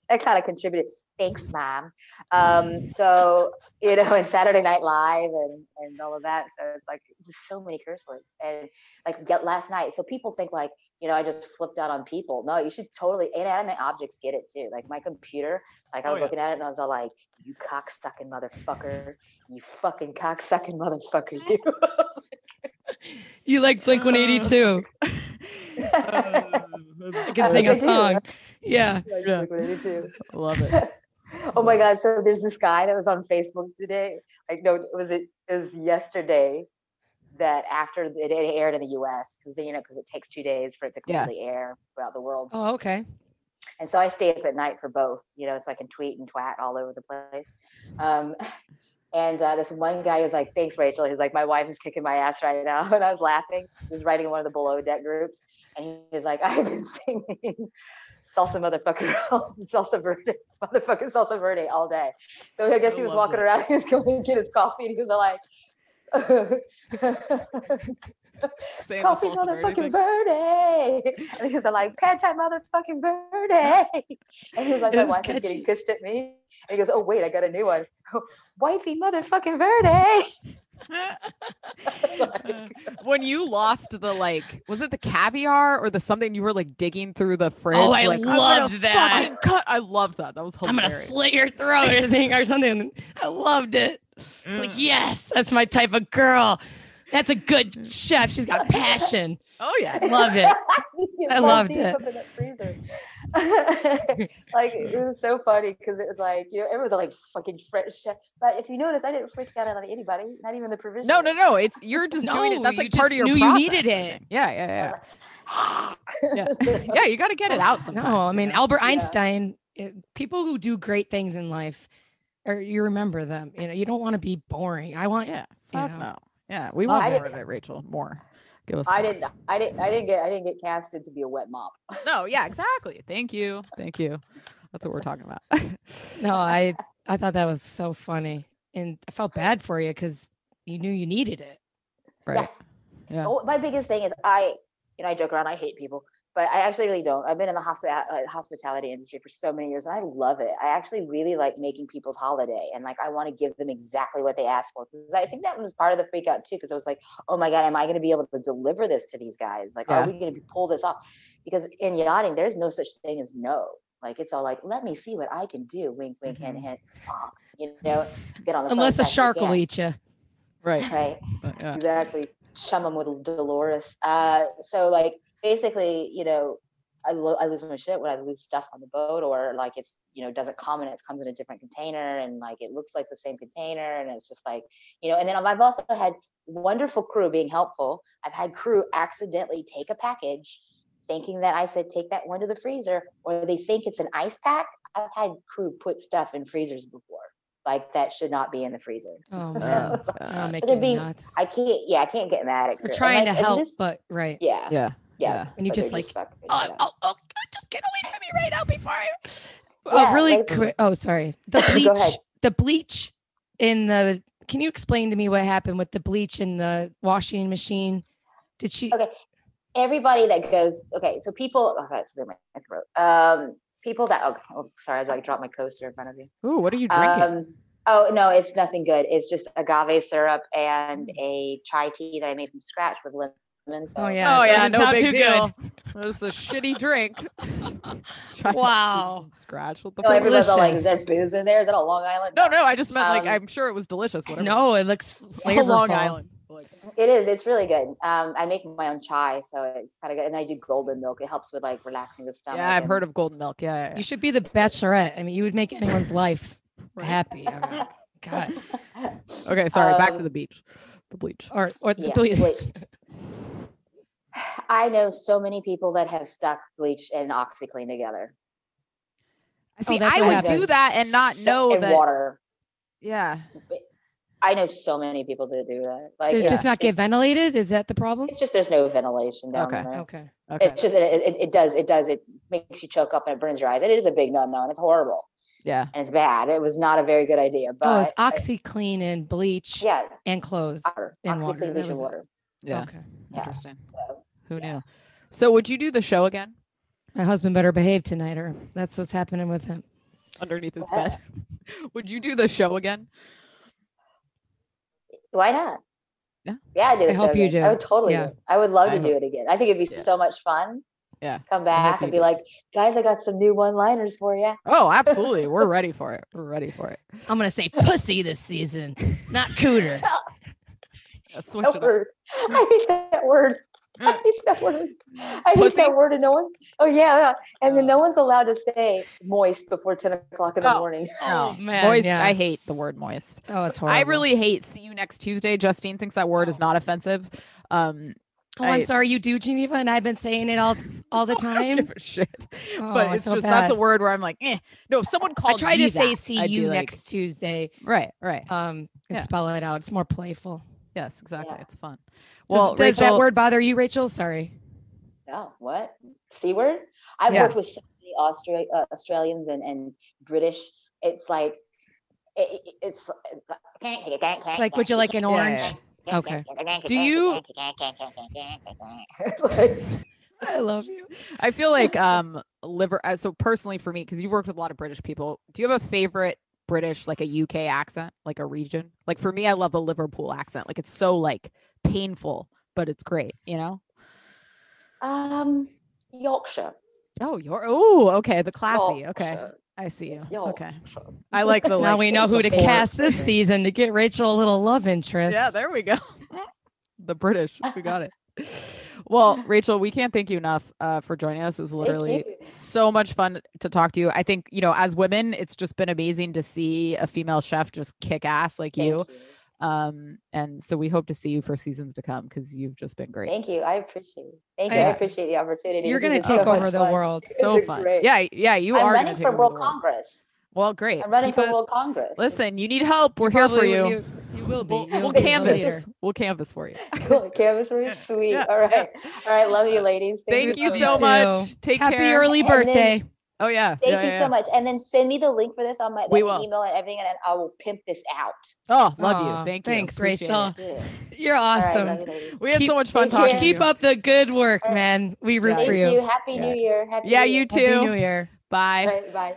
[SPEAKER 4] that kind of contributed thanks mom um so you know and saturday night live and and all of that so it's like just so many curse words and like yet last night so people think like you know i just flipped out on people no you should totally inanimate objects get it too like my computer like i
[SPEAKER 3] Oh,
[SPEAKER 4] was
[SPEAKER 3] yeah.
[SPEAKER 4] looking at it and i was all like you cocksucking motherfucker you fucking cocksucking motherfucker you
[SPEAKER 2] You like Blink 182. I can
[SPEAKER 4] I
[SPEAKER 2] sing
[SPEAKER 4] like
[SPEAKER 2] a
[SPEAKER 4] it too.
[SPEAKER 2] song. Yeah.
[SPEAKER 4] Like,
[SPEAKER 3] Yeah.
[SPEAKER 4] like, what did you do?
[SPEAKER 3] Love it.
[SPEAKER 4] oh my god so there's this guy that was on facebook today i know it was it, it was yesterday that after it had aired in the us because you know because it takes two days for it to
[SPEAKER 3] Yeah.
[SPEAKER 4] completely air throughout the world
[SPEAKER 2] Oh, okay.
[SPEAKER 4] and so i stay up at night for both you know so i can tweet and twat all over the place um and uh, this one guy was like thanks rachel he's like my wife is kicking my ass right now and i was laughing he was writing in one of the below deck groups and he was like i've been singing salsa motherfucker salsa verde motherfucking salsa verde all day so i guess
[SPEAKER 3] I
[SPEAKER 4] he was
[SPEAKER 3] love
[SPEAKER 4] walking
[SPEAKER 3] that.
[SPEAKER 4] around he was going to get his coffee and he was like
[SPEAKER 3] Saying the
[SPEAKER 4] Coffee
[SPEAKER 3] salsa verde
[SPEAKER 4] motherfucking
[SPEAKER 3] thing.
[SPEAKER 4] verde. And he was like, Pantai motherfucking verde. And he was like,
[SPEAKER 2] It
[SPEAKER 4] my
[SPEAKER 2] was
[SPEAKER 4] wife is
[SPEAKER 2] catchy.
[SPEAKER 4] getting pissed at me. And he goes, oh, wait, I got a new one. Oh, Wifey motherfucking verde.
[SPEAKER 3] when you lost the like, was it the caviar or the something you were like digging through the fridge?
[SPEAKER 2] Oh, I
[SPEAKER 3] like, "I'm gonna
[SPEAKER 2] loved that.
[SPEAKER 3] fucking Cut. I loved that. That was
[SPEAKER 2] I'm gonna
[SPEAKER 3] hilarious.
[SPEAKER 2] slit your throat or thing or something. I loved it. It's like,
[SPEAKER 3] Mm.
[SPEAKER 2] yes, that's my type of girl. That's a good chef. She's got passion.
[SPEAKER 3] oh yeah.
[SPEAKER 2] Love it.
[SPEAKER 4] You
[SPEAKER 2] I
[SPEAKER 4] can't
[SPEAKER 2] loved
[SPEAKER 4] see
[SPEAKER 2] it.
[SPEAKER 4] something in the freezer. like it was so funny because it was like you know everyone's like fucking French chef, but if you notice, I didn't freak out on anybody, not even the provision.
[SPEAKER 3] No, no, no. It's you're just doing it.
[SPEAKER 2] No,
[SPEAKER 3] That's
[SPEAKER 2] you
[SPEAKER 3] like
[SPEAKER 2] just
[SPEAKER 3] part of your
[SPEAKER 2] knew you
[SPEAKER 3] process.
[SPEAKER 2] needed
[SPEAKER 3] I
[SPEAKER 2] it.
[SPEAKER 3] think. Yeah, yeah,
[SPEAKER 4] yeah.
[SPEAKER 3] yeah. yeah, you got to get it out sometimes.
[SPEAKER 2] Oh, No, I
[SPEAKER 3] you
[SPEAKER 2] mean
[SPEAKER 3] know?
[SPEAKER 2] Albert
[SPEAKER 4] Yeah.
[SPEAKER 2] Einstein. it- people who do great things in life, or you remember them. You know, you don't want to be boring. I want.
[SPEAKER 3] yeah.
[SPEAKER 2] you
[SPEAKER 3] Fuck
[SPEAKER 2] know.
[SPEAKER 3] no. Yeah, we
[SPEAKER 2] Well,
[SPEAKER 3] want
[SPEAKER 4] I
[SPEAKER 3] more of it, Rachel. More. Give us.
[SPEAKER 4] I
[SPEAKER 3] more.
[SPEAKER 4] didn't. I didn't. I didn't get. I didn't get casted to be a wet mop.
[SPEAKER 3] No, yeah, exactly. Thank you. Thank you. That's what we're talking about.
[SPEAKER 2] No, I I thought that was so funny, and I felt bad for you because you knew you needed it.
[SPEAKER 3] right. Yeah.
[SPEAKER 4] Oh, my biggest thing is I, you know, I joke around. I hate people, but I actually really don't. I've been in the hospi- uh, hospitality industry for so many years, and I love it. I actually really like making people's holiday, and like I want to give them exactly what they asked for. Because I think that was part of the freak out too. Because I was like, oh my god, am I going to be able to deliver this to these guys? Like,
[SPEAKER 3] Yeah.
[SPEAKER 4] are we going to pull this off? Because in yachting, there's no such thing as no. Like it's all like, let me see what I can do. Wink, wink, hint, hint. Ah, You know, get on the
[SPEAKER 2] Mm-hmm.
[SPEAKER 4] phone
[SPEAKER 2] Unless a
[SPEAKER 4] as fast as you
[SPEAKER 2] shark will
[SPEAKER 4] can.
[SPEAKER 2] eat you.
[SPEAKER 3] Right.
[SPEAKER 4] right
[SPEAKER 3] but, yeah.
[SPEAKER 4] exactly chum 'em with dolores uh so like basically you know I, lo- I lose my shit when i lose stuff on the boat or like it's you know doesn't come and it comes in a different container and like it looks like the same container and it's just like you know and then i've also had wonderful crew being helpful i've had crew accidentally take a package thinking that i said take that one to the freezer or they think it's an ice pack i've had crew put stuff in freezers before like that should not be in the freezer
[SPEAKER 2] Oh,
[SPEAKER 4] So
[SPEAKER 2] man.
[SPEAKER 4] it's like-
[SPEAKER 2] I'll
[SPEAKER 3] Uh,
[SPEAKER 2] make
[SPEAKER 4] they're
[SPEAKER 2] you
[SPEAKER 4] being-
[SPEAKER 2] nuts.
[SPEAKER 4] I can't. Yeah, I can't get mad at.
[SPEAKER 2] We're
[SPEAKER 4] Chris. I'm
[SPEAKER 2] trying to
[SPEAKER 4] like, and
[SPEAKER 2] help,
[SPEAKER 4] this-
[SPEAKER 2] but right.
[SPEAKER 4] yeah,
[SPEAKER 3] yeah.
[SPEAKER 4] yeah.
[SPEAKER 2] And you
[SPEAKER 4] but they're
[SPEAKER 2] just, like,
[SPEAKER 4] fucking-
[SPEAKER 2] Oh,
[SPEAKER 4] yeah.
[SPEAKER 2] oh, oh, God, just get away from me right now before I.
[SPEAKER 4] Yeah,
[SPEAKER 2] oh, really
[SPEAKER 4] like-
[SPEAKER 2] quick. Oh, sorry. The
[SPEAKER 4] Go ahead.
[SPEAKER 2] bleach. The bleach in the. Can you explain to me what happened with the bleach in the washing machine? Did she?
[SPEAKER 4] Okay. Everybody that goes. Okay, so people. Oh, that's in my my throat. Um, people that. Okay, oh, sorry, I like dropped my coaster in front of you.
[SPEAKER 3] Ooh, what are you drinking?
[SPEAKER 4] Um, oh no, it's nothing good. It's just agave syrup and a chai tea that I made from scratch with lemon.
[SPEAKER 2] Mm.
[SPEAKER 4] So
[SPEAKER 2] Oh yeah.
[SPEAKER 3] oh
[SPEAKER 2] it
[SPEAKER 3] yeah,
[SPEAKER 2] doesn't
[SPEAKER 3] no
[SPEAKER 2] sound
[SPEAKER 3] big
[SPEAKER 2] too
[SPEAKER 3] deal. It's a shitty drink. Try to
[SPEAKER 2] Wow.
[SPEAKER 3] Scratch. What the
[SPEAKER 4] So
[SPEAKER 3] fuck?
[SPEAKER 4] everybody's all like, "Is
[SPEAKER 2] delicious.
[SPEAKER 4] there booze in there? Is that a Long Island?"
[SPEAKER 3] No, no, I just meant like
[SPEAKER 4] Um,
[SPEAKER 3] I'm sure it was delicious. Whatever.
[SPEAKER 2] Good. No, it looks
[SPEAKER 3] Oh,
[SPEAKER 2] flavorful.
[SPEAKER 3] Long Island. Like,
[SPEAKER 4] It is. It's really good. Um, I make my own chai, so it's kind of good. And I do golden milk. It helps with like relaxing the stomach.
[SPEAKER 3] yeah, I've
[SPEAKER 4] and-
[SPEAKER 3] heard of golden milk. Yeah, yeah, yeah.
[SPEAKER 2] You should be the Bachelorette. I mean, you would make anyone's life happy. I mean, God.
[SPEAKER 3] Okay, sorry. back to
[SPEAKER 4] Um,
[SPEAKER 3] the beach. The bleach.
[SPEAKER 2] Or or the
[SPEAKER 4] Yeah,
[SPEAKER 2] bleach.
[SPEAKER 4] bleach. I know so many people that have stuck bleach and OxyClean together. Oh,
[SPEAKER 3] See,
[SPEAKER 2] that's
[SPEAKER 3] I
[SPEAKER 2] what
[SPEAKER 3] would do
[SPEAKER 2] happens.
[SPEAKER 3] that and not
[SPEAKER 4] So-
[SPEAKER 3] know
[SPEAKER 4] and
[SPEAKER 3] that.
[SPEAKER 4] water.
[SPEAKER 3] Yeah.
[SPEAKER 4] I know so many people that do that. Like,
[SPEAKER 2] Did it
[SPEAKER 4] it's-
[SPEAKER 2] just not get ventilated? Is that the problem?
[SPEAKER 4] It's just there's no ventilation down
[SPEAKER 3] Okay.
[SPEAKER 4] there.
[SPEAKER 2] Okay.
[SPEAKER 3] Okay.
[SPEAKER 4] It's just it, it, it does it does it makes you choke up and it burns your eyes. It is a big no no and it's horrible
[SPEAKER 3] yeah.
[SPEAKER 4] and it's bad. It was not a very good idea. But
[SPEAKER 2] oh, it's
[SPEAKER 4] I-
[SPEAKER 2] OxyClean and bleach
[SPEAKER 4] yeah,
[SPEAKER 2] and clothes.
[SPEAKER 4] water,
[SPEAKER 2] And water, that
[SPEAKER 4] OxyClean bleach and
[SPEAKER 2] was it.
[SPEAKER 4] water.
[SPEAKER 3] Yeah.
[SPEAKER 2] Okay.
[SPEAKER 4] Yeah.
[SPEAKER 3] Interesting.
[SPEAKER 4] So,
[SPEAKER 3] Who
[SPEAKER 4] yeah.
[SPEAKER 3] knew? So would you do the show again
[SPEAKER 2] My husband better behave tonight, or that's what's happening with him.
[SPEAKER 3] underneath his
[SPEAKER 4] Well-
[SPEAKER 3] bed? would you do the show again?
[SPEAKER 4] Why not?
[SPEAKER 3] Yeah.
[SPEAKER 4] Yeah, I do.
[SPEAKER 2] I
[SPEAKER 4] the show
[SPEAKER 2] hope you
[SPEAKER 4] again.
[SPEAKER 2] do.
[SPEAKER 4] I would totally.
[SPEAKER 2] Yeah.
[SPEAKER 4] Do. it. I would love
[SPEAKER 3] I
[SPEAKER 4] to do it again. I think it'd be
[SPEAKER 3] Yeah.
[SPEAKER 4] so much fun.
[SPEAKER 3] Yeah.
[SPEAKER 4] Come
[SPEAKER 3] hope
[SPEAKER 4] back
[SPEAKER 3] you
[SPEAKER 4] and be
[SPEAKER 3] do.
[SPEAKER 4] like, guys, I got some new one-liners for you.
[SPEAKER 3] Oh, absolutely. We're ready for it. We're ready for it.
[SPEAKER 2] I'm gonna say pussy this season, not cooter.
[SPEAKER 3] Yeah, switch
[SPEAKER 4] That
[SPEAKER 3] it up.
[SPEAKER 4] word. I hate that word. I hate that word. I hate
[SPEAKER 3] Pussy?
[SPEAKER 4] that word, and no one's. Oh yeah, yeah. and then
[SPEAKER 3] Uh.
[SPEAKER 4] no one's allowed to say moist before ten o'clock in the
[SPEAKER 3] Oh.
[SPEAKER 4] morning.
[SPEAKER 3] Oh,
[SPEAKER 2] man,
[SPEAKER 3] moist.
[SPEAKER 2] yeah.
[SPEAKER 3] I hate the word moist.
[SPEAKER 2] Oh, it's horrible.
[SPEAKER 3] I really hate see you next Tuesday. Justine thinks that word is not offensive. Um,
[SPEAKER 2] Oh, I'm
[SPEAKER 3] I-
[SPEAKER 2] sorry you do, Geneva, and I've been saying it all all the
[SPEAKER 3] I don't
[SPEAKER 2] time.
[SPEAKER 3] give a shit.
[SPEAKER 2] Oh,
[SPEAKER 3] but
[SPEAKER 2] I
[SPEAKER 3] it's
[SPEAKER 2] feel
[SPEAKER 3] just that's a
[SPEAKER 2] bad.
[SPEAKER 3] word where I'm like, eh. No, if someone
[SPEAKER 2] I
[SPEAKER 3] called
[SPEAKER 2] try
[SPEAKER 3] me
[SPEAKER 2] to say
[SPEAKER 3] that,
[SPEAKER 2] see
[SPEAKER 3] I'd be
[SPEAKER 2] you
[SPEAKER 3] like,
[SPEAKER 2] next Tuesday.
[SPEAKER 3] Right, right.
[SPEAKER 2] Um, and
[SPEAKER 3] Yeah.
[SPEAKER 2] spell it out. It's more playful.
[SPEAKER 3] Yes, exactly.
[SPEAKER 4] Yeah.
[SPEAKER 3] It's fun.
[SPEAKER 2] Does-
[SPEAKER 3] Well,
[SPEAKER 2] does, that
[SPEAKER 3] Rachel-
[SPEAKER 2] word bother you, Rachel? Sorry.
[SPEAKER 4] Oh, what c word? I've
[SPEAKER 3] Yeah.
[SPEAKER 4] worked with so many Austra- uh, Australians and, and British. It's like it, it- it's
[SPEAKER 2] Like, would you like an
[SPEAKER 3] Yeah, yeah,
[SPEAKER 2] orange?
[SPEAKER 3] yeah.
[SPEAKER 2] Okay.
[SPEAKER 3] Do you-
[SPEAKER 4] It's like-
[SPEAKER 2] I love you.
[SPEAKER 3] I feel like um liver uh, so personally for me because you've worked with a lot of British people. Do you have a favorite British like a UK accent, like a region? Like for me I love the Liverpool accent. Like it's so like painful, but it's great, you know?
[SPEAKER 4] um, Yorkshire.
[SPEAKER 3] Oh, you're Oh, okay, the classy. Okay.
[SPEAKER 4] Yorkshire.
[SPEAKER 3] I see you.
[SPEAKER 4] It's
[SPEAKER 3] Okay.
[SPEAKER 4] Yorkshire.
[SPEAKER 3] I like the
[SPEAKER 2] now
[SPEAKER 3] like,
[SPEAKER 2] we know who to
[SPEAKER 3] the four-
[SPEAKER 2] cast this season to get Rachel a little love interest.
[SPEAKER 3] Yeah, there we go. the British. We got it. Well, Rachel, we can't thank you enough uh, for joining us. It was literally
[SPEAKER 4] you.
[SPEAKER 3] so much fun to talk to you. I think, you know, as women, it's just been amazing to see a female chef just kick ass like
[SPEAKER 4] Thank
[SPEAKER 3] you. Um, and so we hope to see you for seasons to come because you've just been great.
[SPEAKER 4] Thank you. I appreciate it. Thank you.
[SPEAKER 2] Yeah.
[SPEAKER 4] I appreciate the opportunity.
[SPEAKER 2] You're
[SPEAKER 4] This
[SPEAKER 2] going
[SPEAKER 4] has
[SPEAKER 2] to
[SPEAKER 4] been
[SPEAKER 2] take
[SPEAKER 4] so much
[SPEAKER 2] over the
[SPEAKER 4] fun.
[SPEAKER 2] world.
[SPEAKER 4] You guys
[SPEAKER 3] so
[SPEAKER 4] are
[SPEAKER 3] fun.
[SPEAKER 4] great.
[SPEAKER 3] Yeah, yeah, you
[SPEAKER 4] I'm
[SPEAKER 3] are gonna
[SPEAKER 4] running
[SPEAKER 3] take
[SPEAKER 4] for
[SPEAKER 3] over the
[SPEAKER 4] World
[SPEAKER 3] world.
[SPEAKER 4] Congress.
[SPEAKER 3] Well, great.
[SPEAKER 4] I'm running
[SPEAKER 3] Keep
[SPEAKER 4] for
[SPEAKER 3] us-
[SPEAKER 4] World Congress.
[SPEAKER 3] Listen,
[SPEAKER 4] It's
[SPEAKER 3] you need help. We're here for
[SPEAKER 2] Probably
[SPEAKER 3] you.
[SPEAKER 2] You, you will be.
[SPEAKER 3] We'll,
[SPEAKER 2] You
[SPEAKER 3] we'll
[SPEAKER 2] will be the
[SPEAKER 3] canvas.
[SPEAKER 2] leader.
[SPEAKER 3] Well canvas for you.
[SPEAKER 4] cool. Canvas Roof, sweet.
[SPEAKER 3] Yeah,
[SPEAKER 4] All right. All right. Love you, ladies.
[SPEAKER 3] Thank you
[SPEAKER 2] you
[SPEAKER 3] so
[SPEAKER 2] too.
[SPEAKER 3] much. Take
[SPEAKER 2] Happy
[SPEAKER 3] care.
[SPEAKER 2] early
[SPEAKER 4] And then-
[SPEAKER 2] birthday.
[SPEAKER 3] oh yeah.
[SPEAKER 4] Thank
[SPEAKER 3] Yeah,
[SPEAKER 4] you
[SPEAKER 3] yeah, yeah.
[SPEAKER 4] so much. And then send me the link for this on my
[SPEAKER 3] We
[SPEAKER 4] that
[SPEAKER 3] will.
[SPEAKER 4] email and everything, and then I will pimp this out.
[SPEAKER 3] Oh, love
[SPEAKER 2] Aw,
[SPEAKER 3] you. Thank you.
[SPEAKER 2] thanks,
[SPEAKER 3] Appreciate it.
[SPEAKER 2] Rachel.
[SPEAKER 4] Yeah.
[SPEAKER 2] You're
[SPEAKER 4] All right,
[SPEAKER 2] awesome.
[SPEAKER 4] love you, ladies.
[SPEAKER 3] We had
[SPEAKER 2] Keep-
[SPEAKER 3] so much fun
[SPEAKER 4] Thank you.
[SPEAKER 3] talking. to
[SPEAKER 2] Keep
[SPEAKER 3] you.
[SPEAKER 2] up the good work,
[SPEAKER 4] All right.
[SPEAKER 2] man. We root
[SPEAKER 3] Yeah.
[SPEAKER 2] for
[SPEAKER 4] Thank
[SPEAKER 2] you.
[SPEAKER 4] you. Happy
[SPEAKER 3] Yeah.
[SPEAKER 4] New Year. Happy
[SPEAKER 3] Yeah,
[SPEAKER 4] New
[SPEAKER 3] you
[SPEAKER 4] Year.
[SPEAKER 3] too.
[SPEAKER 2] Happy New Year.
[SPEAKER 3] Bye.
[SPEAKER 4] All right, bye.